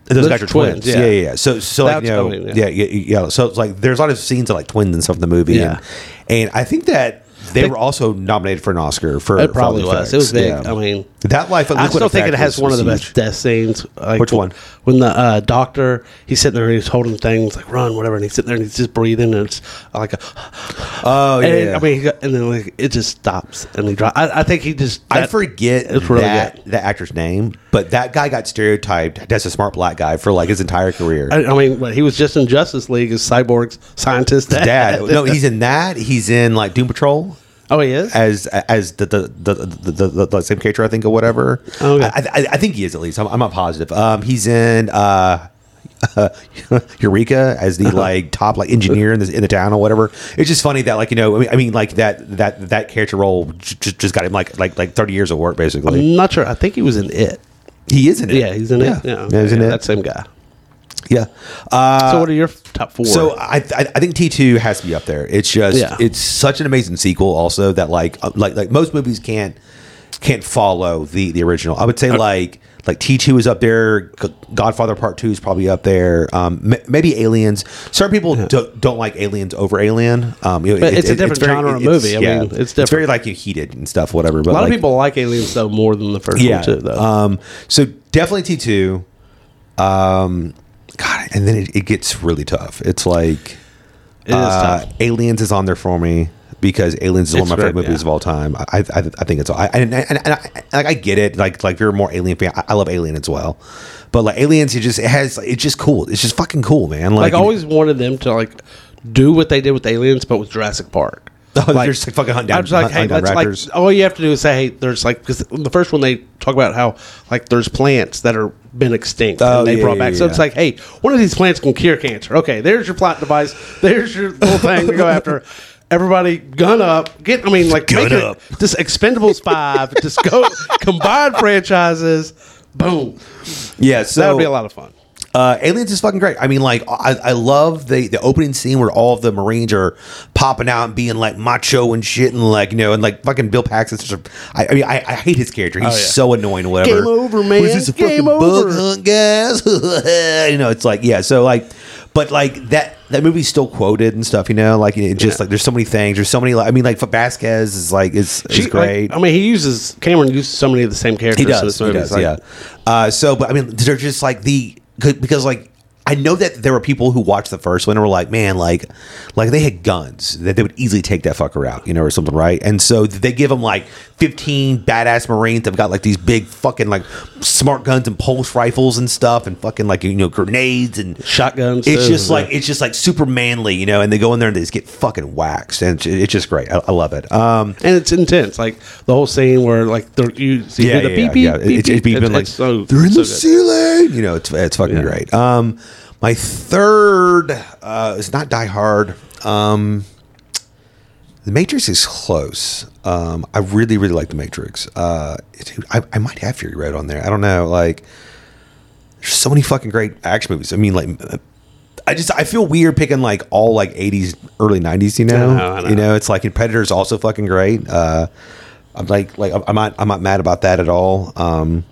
Speaker 1: those, guys are twins, Yeah. yeah, yeah. So, so like,
Speaker 2: That's
Speaker 1: you know,
Speaker 2: funny, yeah.
Speaker 1: yeah. yeah, yeah, So it's like there's a lot of scenes of like twins and stuff in the movie,
Speaker 2: Yeah.
Speaker 1: and, and I think that they, were also nominated for an Oscar for
Speaker 2: It probably
Speaker 1: for
Speaker 2: was.
Speaker 1: the
Speaker 2: It was
Speaker 1: effects.
Speaker 2: big. I mean,
Speaker 1: that life.
Speaker 2: I still think it has one of the best death scenes. Like
Speaker 1: Which
Speaker 2: wh-
Speaker 1: one?
Speaker 2: When the uh, doctor he's sitting there and he's holding things like run whatever, and he's sitting there and he's just breathing and it's like a.
Speaker 1: Oh yeah,
Speaker 2: and
Speaker 1: yeah.
Speaker 2: I mean, he got- and then like it just stops and he drops. I, I think he just.
Speaker 1: I
Speaker 2: that-
Speaker 1: forget
Speaker 2: it's really
Speaker 1: that the actor's name, but that guy got stereotyped as a smart black guy for like his entire career.
Speaker 2: I, I mean, but he was just in Justice League as Cyborg's scientist dad.
Speaker 1: Dad, no, he's in that. He's in like Doom Patrol
Speaker 2: oh, he is.
Speaker 1: as as the the the, the, the, the, the same character, I think, or whatever.
Speaker 2: Okay.
Speaker 1: I, I, I think he is at least. I'm, I'm not positive. Um, he's in uh, Eureka as
Speaker 2: Uh-huh.
Speaker 1: the like top like engineer in the in the town or whatever. It's just funny that like you know I mean, I mean like that that that character role just, just got him like like like 30 years of work basically.
Speaker 2: I'm not sure. I think he was in it.
Speaker 1: He is in it.
Speaker 2: Yeah, he's in
Speaker 1: yeah.
Speaker 2: it. Yeah,
Speaker 1: Yeah, he's in
Speaker 2: yeah,
Speaker 1: it.
Speaker 2: That same guy.
Speaker 1: Yeah. Uh,
Speaker 2: So, what are your top four?
Speaker 1: so I, I I think T two has to be up there. It's just
Speaker 2: Yeah.
Speaker 1: it's such an amazing sequel. Also that like uh, like like most movies can't can't follow the the original. I would say
Speaker 2: Uh,
Speaker 1: like like T two is up there. G- Godfather Part two is probably up there. Um, m- maybe Aliens. Certain people don't, don't like Aliens over Alien. Um, you know,
Speaker 2: But
Speaker 1: it-
Speaker 2: it's a
Speaker 1: it-
Speaker 2: different genre of
Speaker 1: it's-
Speaker 2: movie. I mean, it's
Speaker 1: it's very
Speaker 2: different.
Speaker 1: like you heated and stuff. Whatever. But
Speaker 2: a lot
Speaker 1: like,
Speaker 2: of people like Aliens though more than the first one too. Though
Speaker 1: um, so definitely T two. Um, God, and then it, it gets really tough. It's like
Speaker 2: it is
Speaker 1: uh,
Speaker 2: tough.
Speaker 1: Aliens is on there for me because Aliens is one of
Speaker 2: It's
Speaker 1: my favorite
Speaker 2: great,
Speaker 1: movies
Speaker 2: yeah.
Speaker 1: of all time. I I, I think it's I and, and, and, I, like I get it. Like like if you're a more Alien fan, I, I love Alien as well. But like Aliens, it just it has it's just cool. It's just fucking cool, man. Like,
Speaker 2: Like I always wanted them to like do what they did with Aliens, but with Jurassic Park.
Speaker 1: Oh, they're just like fucking hunt down-
Speaker 2: I was like,
Speaker 1: hunt-
Speaker 2: hey,
Speaker 1: hunt down
Speaker 2: let's
Speaker 1: raptors.
Speaker 2: like all you have to do is say, hey, there's like because the first one they talk about how like there's plants that are been extinct
Speaker 1: Oh,
Speaker 2: and they
Speaker 1: yeah,
Speaker 2: brought
Speaker 1: yeah,
Speaker 2: back. so it's
Speaker 1: yeah.
Speaker 2: like, hey, one of these plants can cure cancer. Okay, there's your plot device. There's your little thing to go after. Everybody, gun up! Get, I mean, like,
Speaker 1: Gun
Speaker 2: make it-
Speaker 1: up.
Speaker 2: just Expendables Five. just go combine franchises. Boom!
Speaker 1: yeah.
Speaker 2: That
Speaker 1: So
Speaker 2: would be a lot of fun.
Speaker 1: Uh, Aliens is fucking great. I mean, like I, I love the the opening scene where all of the Marines are popping out and being like macho and shit and like you know and like fucking Bill Paxton's. Such a, I, I mean, I, I hate his character. He's
Speaker 2: Oh, yeah.
Speaker 1: so annoying. or Whatever.
Speaker 2: Game over, man.
Speaker 1: Was this a
Speaker 2: Game
Speaker 1: fucking bug
Speaker 2: over.
Speaker 1: hunt, guys? you know, it's like yeah. So like, but like that that movie's still quoted and stuff. You know, like it just like there's so many things. There's so many. Like, I mean, like Vasquez is like is, is
Speaker 2: She-
Speaker 1: great.
Speaker 2: Like, I mean, he uses Cameron uses so many of the same characters.
Speaker 1: He
Speaker 2: in
Speaker 1: does.
Speaker 2: this
Speaker 1: He
Speaker 2: movie.
Speaker 1: does.
Speaker 2: It's like,
Speaker 1: yeah. Uh, so, but I mean, they're just like the 'cause- because like I know that there were people who watched the first one and were like, man, like, like they had guns that they would easily take that fucker out, you know, or something, right? And so they give them like fifteen badass Marines. They've got like these big fucking like smart guns and pulse rifles and stuff, and fucking like you know grenades and
Speaker 2: Shotguns.
Speaker 1: It's
Speaker 2: too,
Speaker 1: just
Speaker 2: yeah.
Speaker 1: like it's just like super manly, you know. And they go in there and they just get fucking waxed, and it's, it's just great. I, I love it. Um,
Speaker 2: and it's intense. Like the whole scene where like the you see
Speaker 1: yeah,
Speaker 2: the
Speaker 1: yeah,
Speaker 2: beep beep
Speaker 1: yeah.
Speaker 2: beep
Speaker 1: It's- it's beeping
Speaker 2: It's-
Speaker 1: like
Speaker 2: it's so
Speaker 1: they're in
Speaker 2: so
Speaker 1: the ceiling. You know, it's it's fucking
Speaker 2: Yeah.
Speaker 1: great. Um, my third uh, is not Die Hard. Um, the Matrix is close. Um, I really really like The Matrix. Uh, dude, I, I might have Fury Road on there. I don't know. Like, there's so many fucking great action movies. I mean, like. I just I feel weird picking like all like 80s early 90s you know,
Speaker 2: I know, I know.
Speaker 1: you know it's like and Predator's also fucking great uh I'm like like I'm not I'm not mad about that at all um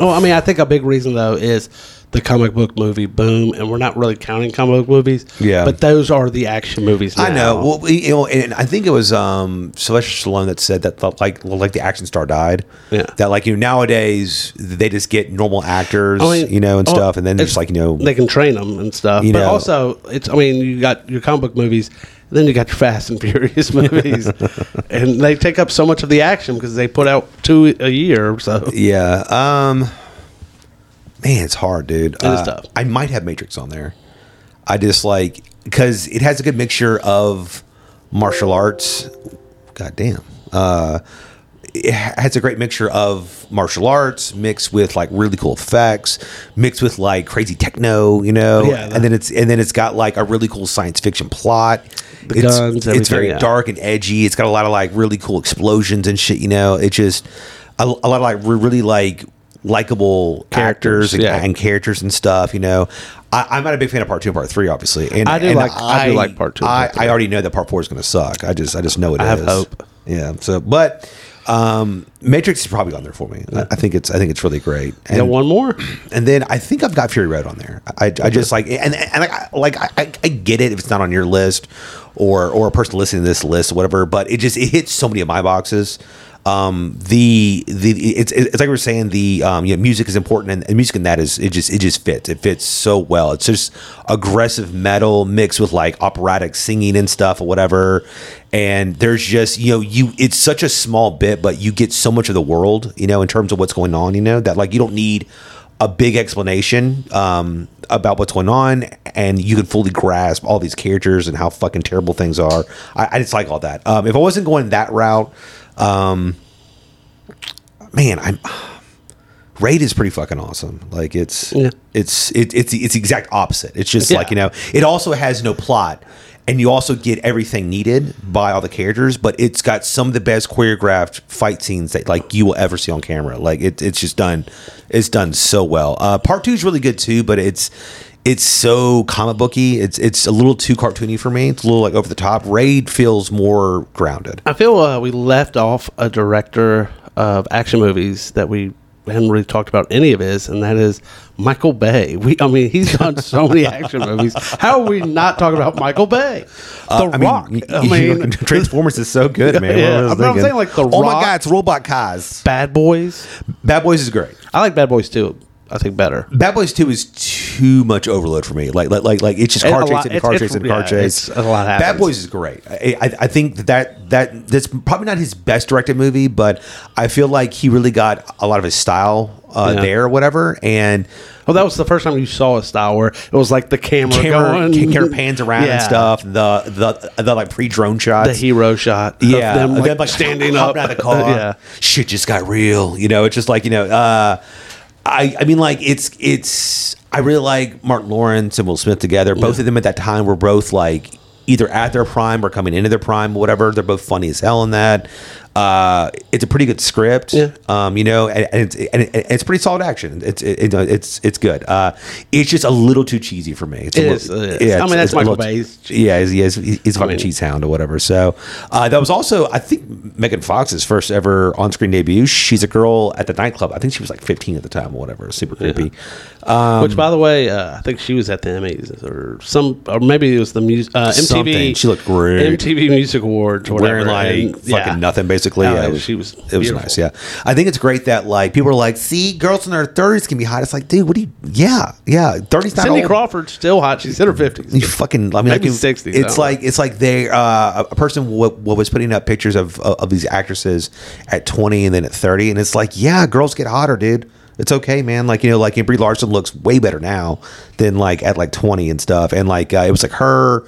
Speaker 2: Oh, I mean, I think a big reason though is the comic book movie boom, and we're not really counting comic book movies.
Speaker 1: Yeah.
Speaker 2: but those are the action movies. Now.
Speaker 1: I know. Well, we- you know, and I think it was um, Sylvester Stallone that said that, the, like, well, like the action star died.
Speaker 2: Yeah.
Speaker 1: That, like, you know, nowadays they just get normal actors,
Speaker 2: I mean,
Speaker 1: you know, and
Speaker 2: oh,
Speaker 1: stuff, and then
Speaker 2: it's-
Speaker 1: it's like, you know,
Speaker 2: they can train them and stuff.
Speaker 1: You
Speaker 2: but
Speaker 1: know.
Speaker 2: also, it's I mean, you got your comic book movies, and then you got your Fast and Furious movies, and they take up so much of the action because they put out two a year. So
Speaker 1: yeah. Um, man, it's hard, dude. Uh,
Speaker 2: is tough.
Speaker 1: I might have Matrix on there. I just like because it has a good mixture of martial arts. God damn. Uh, it ha- has a great mixture of martial arts mixed with like really cool effects, mixed with like crazy techno, you know.
Speaker 2: Yeah, that-
Speaker 1: and then it's and then it's got like a really cool science fiction plot.
Speaker 2: The
Speaker 1: it's,
Speaker 2: guns,
Speaker 1: it's
Speaker 2: everything,
Speaker 1: very
Speaker 2: yeah.
Speaker 1: dark and edgy. It's got a lot of like really cool explosions and shit. You know, it just a, a lot of like re- really like likable actors
Speaker 2: Characters,
Speaker 1: and,
Speaker 2: yeah.
Speaker 1: and characters and stuff. You know, I, I'm not a big fan of part two and part three, obviously. And
Speaker 2: I do
Speaker 1: and
Speaker 2: like- I do like part two and
Speaker 1: I,
Speaker 2: part three.
Speaker 1: I already know that part four is going to suck. I just I just know it is.
Speaker 2: have hope.
Speaker 1: Yeah. So, but um, Matrix is probably on there for me. I, I think it's I think it's really great.
Speaker 2: you
Speaker 1: And,
Speaker 2: got one more.
Speaker 1: and then I think I've got Fury Road on there. I, I just like and and I, like I, I get it if it's not on your list or or a person listening to this list or whatever, but it just it hits so many of my boxes. Um, the the it's it's like we were saying the um you know, music is important and, and music in that is it just it just fits it fits so well it's just aggressive metal mixed with like operatic singing and stuff or whatever and there's just you know you it's such a small bit but you get so much of the world you know in terms of what's going on you know that like you don't need a big explanation um, about what's going on, and you can fully grasp all these characters and how fucking terrible things are. I, I just like all that. Um, if I wasn't going that route, um, man, I'm. Raid is pretty fucking awesome. Like it's
Speaker 2: Yeah.
Speaker 1: it's it, it's the- it's the exact opposite. It's just
Speaker 2: Yeah.
Speaker 1: like you know. It also has no plot, and you also get everything needed by all the characters. But it's got some of the best choreographed fight scenes that like you will ever see on camera. Like it, it's just done, it's done so well. Uh, part two is really good too, but it's it's so comic booky. It's it's a little too cartoony for me. It's a little like over the top. Raid feels more grounded.
Speaker 2: I feel uh, we left off a director of action movies that we hadn't really talked about any of his, and that is Michael Bay. We, I mean, he's done so many action movies. How are we not talking about Michael Bay? The
Speaker 1: Uh, I mean,
Speaker 2: Rock.
Speaker 1: y-
Speaker 2: I
Speaker 1: y- you
Speaker 2: mean,
Speaker 1: know, Transformers is so good, man.
Speaker 2: Yeah,
Speaker 1: What was I
Speaker 2: I'm- I'm
Speaker 1: thinking?
Speaker 2: saying, like, The
Speaker 1: oh my
Speaker 2: Rock.
Speaker 1: god, it's Robot Cars.
Speaker 2: Bad Boys.
Speaker 1: Bad Boys is great.
Speaker 2: I like Bad Boys too. I think better.
Speaker 1: Bad Boys Two is too much overload for me. Like like like, like it's just
Speaker 2: It's
Speaker 1: car
Speaker 2: a
Speaker 1: chase
Speaker 2: lot-
Speaker 1: and
Speaker 2: it's-
Speaker 1: car
Speaker 2: it's-
Speaker 1: chase and car
Speaker 2: yeah,
Speaker 1: chase.
Speaker 2: it's- a lot
Speaker 1: Bad
Speaker 2: happens.
Speaker 1: Boys is great. I, I, I think that that that's probably not his best directed movie, but I feel like he really got a lot of his style uh,
Speaker 2: Yeah.
Speaker 1: there, or whatever. And
Speaker 2: Well, that was the first time you saw a style where it was like the camera,
Speaker 1: camera
Speaker 2: going,
Speaker 1: camera pans around and
Speaker 2: Yeah.
Speaker 1: stuff. The the the like pre drone
Speaker 2: The
Speaker 1: shots.
Speaker 2: hero shot. of
Speaker 1: yeah,
Speaker 2: them, like,
Speaker 1: them, like,
Speaker 2: standing up
Speaker 1: hopping out of the car.
Speaker 2: yeah,
Speaker 1: shit just got real. You know, it's just like you know. Uh, I I mean, like it's it's. I really like Martin Lawrence and Will Smith together. Both of them at that time were both like either at their prime or coming into their prime, whatever. They're both funny as hell in that. Uh, it's a pretty good script,
Speaker 2: Yeah.
Speaker 1: um, you know, and, and, it's, and, it- and it's pretty solid action. It's it, it, it's it's good. Uh, it's just a little too cheesy for me. It's
Speaker 2: It
Speaker 1: a
Speaker 2: is,
Speaker 1: little,
Speaker 2: it is. I mean, that's
Speaker 1: a little-
Speaker 2: Michael Bay's
Speaker 1: Yeah, he's, he's, he's a fucking
Speaker 2: mean-
Speaker 1: cheese hound or whatever. So uh, that was also, I think, Megan Fox's first ever on-screen debut. She's a girl at the nightclub. I think she was like 15 at the time or whatever. Super creepy. Um,
Speaker 2: Which, by the way, uh, I think she was at the Emmys or some, or maybe it was the music uh, MTV.
Speaker 1: Something. She looked great.
Speaker 2: MTV Music Awards, or
Speaker 1: wearing
Speaker 2: whatever,
Speaker 1: like
Speaker 2: and-
Speaker 1: fucking
Speaker 2: yeah.
Speaker 1: nothing basically.
Speaker 2: No,
Speaker 1: yeah,
Speaker 2: it- she was
Speaker 1: It was
Speaker 2: beautiful.
Speaker 1: nice. Yeah, I think it's great that like people are like, see, girls in their thirties can be hot. It's like, dude, what do you? Yeah, yeah, thirties not
Speaker 2: Cindy
Speaker 1: old.
Speaker 2: Crawford's still hot. She's in her fifties.
Speaker 1: You fucking. I mean,
Speaker 2: Maybe
Speaker 1: like,
Speaker 2: 60s, I don't
Speaker 1: It's
Speaker 2: know.
Speaker 1: like it's like they uh, a person w- w- was putting up pictures of uh, of these actresses at twenty and then at thirty, and it's like, yeah, girls get hotter, dude. It's okay, man. Like you know, like Brie Larson looks way better now than like at like twenty and stuff. And like uh, it was like her,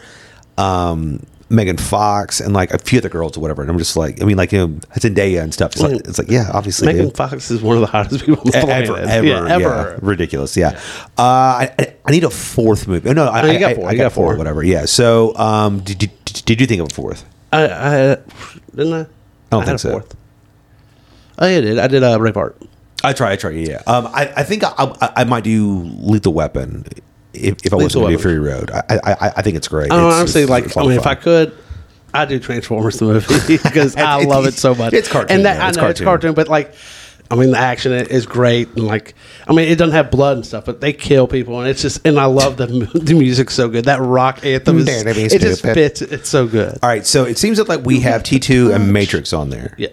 Speaker 1: um, Megan Fox, and like a few other girls or whatever. And I'm just like, I mean, like you know, Zendaya and stuff. It's like, it's like yeah, obviously,
Speaker 2: Megan
Speaker 1: dude.
Speaker 2: Fox is one of the hottest people on the
Speaker 1: E-
Speaker 2: planet.
Speaker 1: Ever, ever,
Speaker 2: yeah,
Speaker 1: yeah,
Speaker 2: ever.
Speaker 1: ridiculous. Yeah, Uh, I, I- I need a fourth movie. Oh, no, I,
Speaker 2: Oh, you
Speaker 1: I-
Speaker 2: got
Speaker 1: I-
Speaker 2: four,
Speaker 1: I
Speaker 2: you
Speaker 1: got
Speaker 2: got
Speaker 1: four,
Speaker 2: four.
Speaker 1: whatever. Yeah. So, um, did, did, did you think of a fourth?
Speaker 2: I, I didn't I.
Speaker 1: don't
Speaker 2: had
Speaker 1: think
Speaker 2: a
Speaker 1: so.
Speaker 2: Fourth. Oh yeah, I did. I did uh, Braveheart.
Speaker 1: I try, I try. Yeah. Um, I, I think I, I, I might do Lethal Weapon if, if I was
Speaker 2: Lethal
Speaker 1: going to do
Speaker 2: Weapon.
Speaker 1: Fury Road. I, I, I- I think it's great.
Speaker 2: I don't know,
Speaker 1: It's-
Speaker 2: Oh, honestly
Speaker 1: it's-
Speaker 2: like.
Speaker 1: it's a
Speaker 2: I
Speaker 1: lot
Speaker 2: mean,
Speaker 1: of
Speaker 2: if I
Speaker 1: fun.
Speaker 2: could, I do Transformers the movie because I
Speaker 1: It's-
Speaker 2: love it so much.
Speaker 1: it's cartoon,
Speaker 2: and that,
Speaker 1: though.
Speaker 2: I
Speaker 1: It's
Speaker 2: know it's
Speaker 1: cartoon.
Speaker 2: cartoon, but like, I mean, the action i- is great, and like, I mean, it doesn't have blood and stuff, but they kill people, and it's just, and I love the mu- the music so good. That rock anthem is,
Speaker 1: That'd be
Speaker 2: it just
Speaker 1: stupid.
Speaker 2: fits. It's so good.
Speaker 1: All right. So it seems that like we have T2 and Matrix on there.
Speaker 2: Yeah.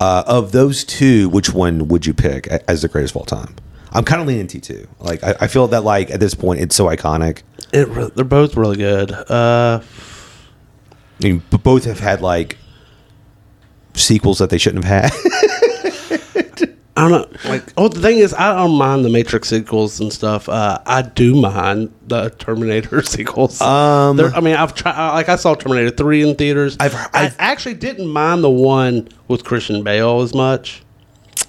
Speaker 1: Uh, of those two, which one would you pick a- as the greatest of all time? I'm kind of leaning T2. Like, I, I feel that like at this point, it's so iconic.
Speaker 2: It, re- they're both really good. Uh,
Speaker 1: I mean, b- both have had like sequels that they shouldn't have had.
Speaker 2: I don't know. Like, oh, the thing is, I don't mind the Matrix sequels and stuff. Uh, I do mind the Terminator sequels.
Speaker 1: Um,
Speaker 2: They're- I mean, I've tried. I- Like, I saw Terminator three in theaters.
Speaker 1: I've-
Speaker 2: I
Speaker 1: I've-
Speaker 2: actually didn't mind the one with Christian Bale as much.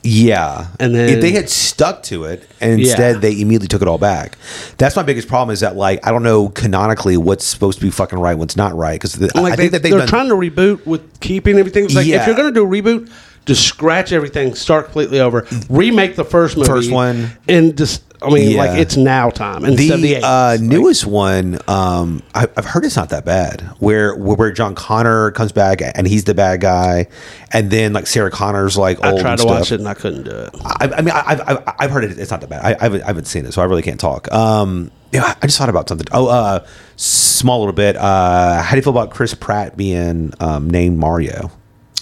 Speaker 1: yeah,
Speaker 2: And then-
Speaker 1: if they had stuck to it, and
Speaker 2: Yeah.
Speaker 1: instead they immediately took it all back. That's my biggest problem is that like I don't know canonically what's supposed to be fucking right, what's not right because
Speaker 2: Like,
Speaker 1: I
Speaker 2: they,
Speaker 1: think that they've
Speaker 2: are
Speaker 1: done.
Speaker 2: trying to reboot with keeping everything. It's like,
Speaker 1: Yeah.
Speaker 2: if you're gonna do a reboot, just scratch everything, start completely over, remake the first movie,
Speaker 1: First one.
Speaker 2: and just. I mean,
Speaker 1: Yeah.
Speaker 2: like it's now time in
Speaker 1: the
Speaker 2: '78.
Speaker 1: uh, newest one, um, I, I've heard it's not that bad. Where where John Connor comes back and he's the bad guy, and then like Sarah Connor's like old
Speaker 2: I tried
Speaker 1: and
Speaker 2: to
Speaker 1: stuff.
Speaker 2: watch it and I couldn't do it.
Speaker 1: I, I mean, I, I've, I've, I've heard it. It's not that bad. I, I, haven't, I haven't seen it, so I really can't talk. Um, yeah, I just thought about something. Oh, uh, small little bit. Uh, how do you feel about Chris Pratt being um, named Mario?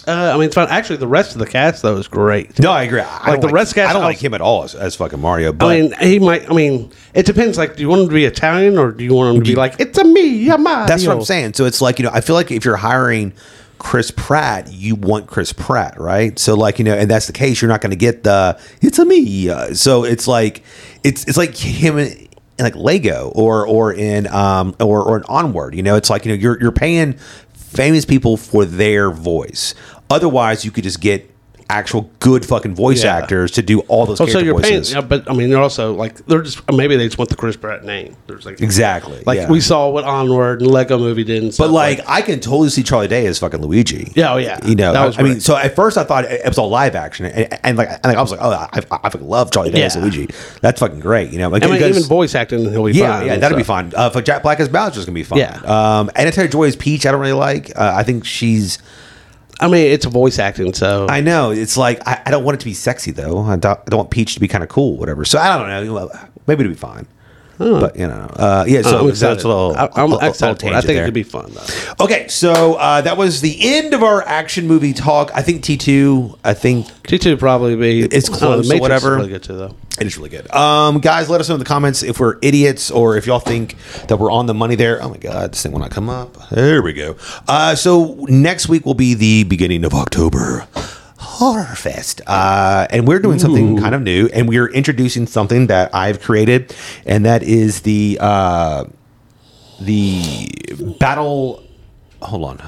Speaker 2: Uh, I mean, it's fine. Actually, the rest of the cast though is great.
Speaker 1: No, I agree. I
Speaker 2: Like
Speaker 1: don't
Speaker 2: the rest guys-
Speaker 1: I don't
Speaker 2: I
Speaker 1: like
Speaker 2: was-
Speaker 1: him at all as, as fucking Mario. But
Speaker 2: I mean, he might. I mean, it depends. Like, do you want him to be Italian or do you want him to be like, "It's a me, a Mario"?
Speaker 1: that's what I'm saying. So it's like you know, I feel like if you're hiring Chris Pratt, you want Chris Pratt, right? So like you know, and that's the case. You're not going to get the it's a me. Uh, So it's like it's it's like him in, in like Lego or or in um or or an onward. You know, it's like you know you're you're paying famous people for their voice. Otherwise, you could just get actual good fucking voice
Speaker 2: Yeah.
Speaker 1: actors to do all those
Speaker 2: Oh, so
Speaker 1: character
Speaker 2: you're paying,
Speaker 1: voices.
Speaker 2: yeah, but I mean, they're also like they're just maybe they just want the Chris Pratt name. There's like
Speaker 1: Exactly.
Speaker 2: like
Speaker 1: yeah.
Speaker 2: we saw what Onward and Lego Movie did, and stuff.
Speaker 1: But like, I can totally see Charlie Day as fucking Luigi.
Speaker 2: Yeah, oh, yeah.
Speaker 1: You know,
Speaker 2: That was
Speaker 1: I, I mean,
Speaker 2: great.
Speaker 1: so at first I thought it was all live action, and, and like, and like I was like, oh, I, I fucking love Charlie Day as
Speaker 2: Yeah.
Speaker 1: Luigi. That's fucking great. You know, like
Speaker 2: I mean,
Speaker 1: because-
Speaker 2: even voice acting, he'll be
Speaker 1: yeah,
Speaker 2: fine.
Speaker 1: yeah,
Speaker 2: and
Speaker 1: that'll be
Speaker 2: stuff.
Speaker 1: fun. Uh, for Jack Black as Bowser's gonna be fun.
Speaker 2: Yeah.
Speaker 1: Um, Anna Terry Joy's Peach, I don't really like. Uh, I think she's.
Speaker 2: I mean, it's voice acting, so
Speaker 1: I know it's like I, I don't want it to be sexy though. I don't, I don't want Peach to be kind of cool, whatever. So I don't know. Well, Maybe it'll be fine. But you know, uh, yeah. So
Speaker 2: I'm
Speaker 1: so
Speaker 2: excited.
Speaker 1: it's a little- a
Speaker 2: I, am
Speaker 1: little- a little
Speaker 2: excited for it. I
Speaker 1: tangent
Speaker 2: think
Speaker 1: there.
Speaker 2: it could be fun. Though.
Speaker 1: Okay, so uh, that was the end of our action movie talk. I think T two. I think
Speaker 2: T two probably be
Speaker 1: It's
Speaker 2: I don't know,
Speaker 1: close or
Speaker 2: The Matrix is
Speaker 1: whatever.
Speaker 2: Really good too, though.
Speaker 1: it is really good. Um, guys, let us know in the comments if we're idiots or if y'all think that we're on the money there. Oh my god, this thing will not come up. There we go. Uh, so next week will be the beginning of October. Horror Fest, uh, and we're doing something kind of new, and we're introducing something that I've created, and that is the uh, the battle. Hold on,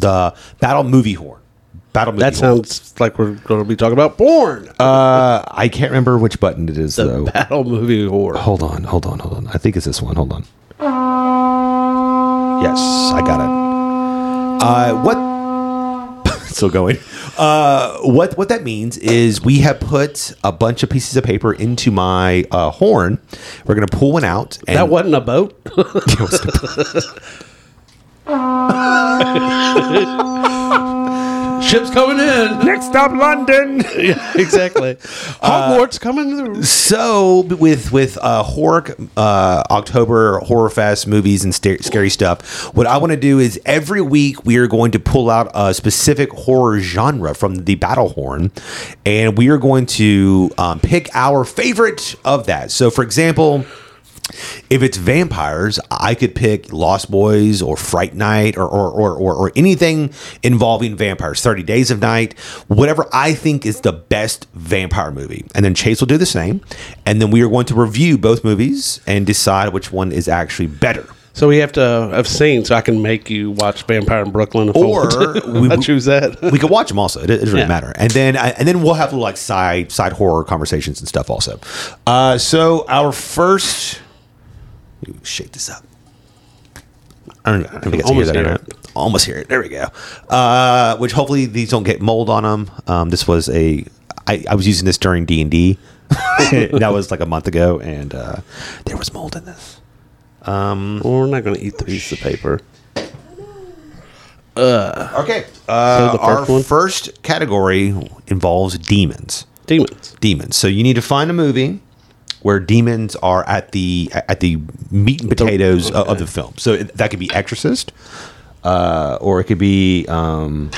Speaker 1: the battle movie horn. Battle movie
Speaker 2: That
Speaker 1: horn.
Speaker 2: sounds like we're going to be talking about porn.
Speaker 1: Uh, I can't remember which button it is though.
Speaker 2: Battle movie horror.
Speaker 1: hold on, hold on, hold on. I think it's this one. Hold on. Yes, I got it. Uh, what? still going. Uh, what what that means is we have put a bunch of pieces of paper into my uh, horn. We're gonna pull one out. And
Speaker 2: That wasn't a boat. Ship's coming in.
Speaker 1: Next stop, London.
Speaker 2: yeah, exactly. Hogwarts coming through.
Speaker 1: So with with uh, horror uh, October horror fest movies and sta- scary stuff, what I want to do is every week we are going to pull out a specific horror genre from the battle horn, and we are going to um, pick our favorite of that. So, for example. If it's vampires, I could pick Lost Boys or Fright Night or or, or, or or anything involving vampires. Thirty Days of Night, whatever I think is the best vampire movie, and then Chase will do the same, and then we are going to review both movies and decide which one is actually better.
Speaker 2: So we have to have seen so I can make you watch Vampire in Brooklyn. If Oh, I
Speaker 1: Or
Speaker 2: want to.
Speaker 1: we-
Speaker 2: I choose that.
Speaker 1: We could watch them also; it, it doesn't
Speaker 2: Yeah.
Speaker 1: really matter. And then I- and then we'll have little like side side horror conversations and stuff also. Uh, so our first, Ooh, shake this up. I don't know. I don't think I can hear
Speaker 2: Almost
Speaker 1: that or
Speaker 2: hear
Speaker 1: not. Almost hear it. There we go. Uh, which hopefully these don't get mold on them. Um, this was a. I, I was using this during D and D. That was like a month ago, and uh, there was mold in this. Mm-hmm.
Speaker 2: Well, we're not going to eat the piece of paper.
Speaker 1: Okay. Uh,
Speaker 2: So the
Speaker 1: our
Speaker 2: first one?
Speaker 1: first category involves demons.
Speaker 2: Demons.
Speaker 1: Demons. So you need to find a movie where demons are at the at the meat and potatoes o- of the film. So it- that could be Exorcist, uh, or it could be um,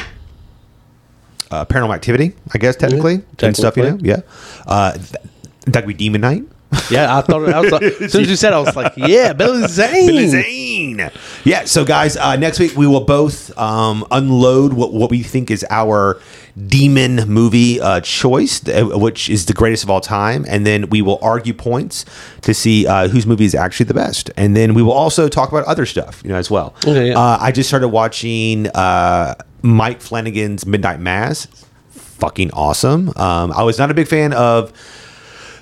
Speaker 1: uh, Paranormal Activity, I guess technically, and stuff. You know,
Speaker 2: technically.
Speaker 1: yeah. Uh, th- that could be Demon Night.
Speaker 2: Yeah, I thought I was like, as soon as you said, it, I was like, yeah, Billy Zane.
Speaker 1: Billy Zane. Yeah. So, guys, uh, next week we will both um, unload what, what we think is our demon movie uh, choice, th- which is the greatest of all time. And then we will argue points to see uh, whose movie is actually the best. And then we will also talk about other stuff, you know, as well.
Speaker 2: Okay, yeah.
Speaker 1: uh, I just started watching uh, Mike Flanagan's Midnight Mass. Fucking awesome. Um, I was not a big fan of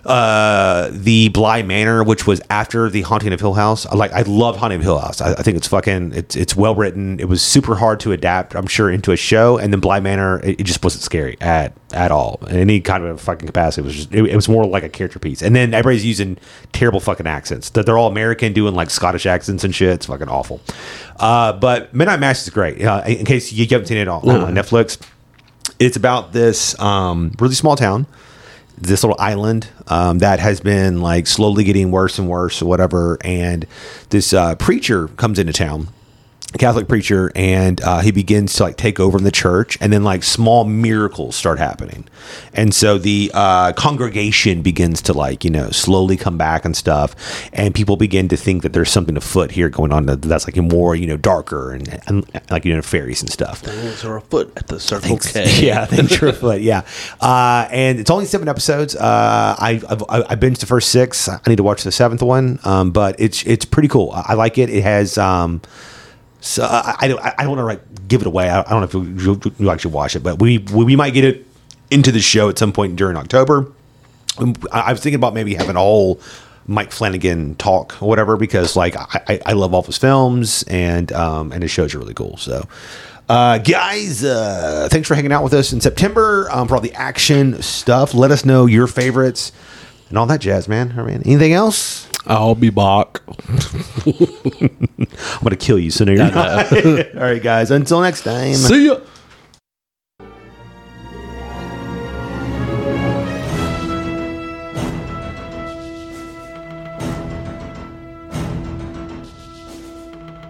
Speaker 1: uh, the Bly Manor, which was after the Haunting of Hill House. I Like I love Haunting of Hill House. I, I think it's fucking it's it's well written. It was super hard to adapt, I'm sure, into a show. And then Bly Manor, it, it just wasn't scary at at all in any kind of fucking capacity. It was just it, it was more like a character piece. And then everybody's using terrible fucking accents. That they're all American doing like Scottish accents and shit. It's fucking awful. Uh, but Midnight Mass is great. Uh, in case you haven't seen it on, on Netflix, it's about this um, really small town this little island um, that has been like slowly getting worse and worse or whatever. And this uh, preacher comes into town, a Catholic preacher, and uh, he begins to like take over in the church. And then like small miracles start happening. And so the uh, congregation begins to like, you know, slowly come back and stuff. And people begin to think that there's something afoot here going on that- that's like more, you know, darker and, and like, you know, fairies and stuff.
Speaker 2: Things are afoot at the Circle K.
Speaker 1: Yeah, thank you. But yeah, uh, and it's only seven episodes. Uh, I, I've, I I binged the first six. I need to watch the seventh one. Um, but it's it's pretty cool. I, I like it. It has. Um, so I, I don't I don't want to like give it away. I, I don't know if you, you, you actually watch it, but we, we we might get it into the show at some point during October. Um, I, I was thinking about maybe having a whole Mike Flanagan talk or whatever because like I, I- I love all of his films and um, and his shows are really cool. So. Uh, guys, uh, thanks for hanging out with us in September um, for all the action stuff. Let us know your favorites and all that jazz, man. I mean, anything else?
Speaker 2: I'll be back.
Speaker 1: I'm gonna kill you, so no, you're not. all right, guys. Until next time.
Speaker 2: See ya.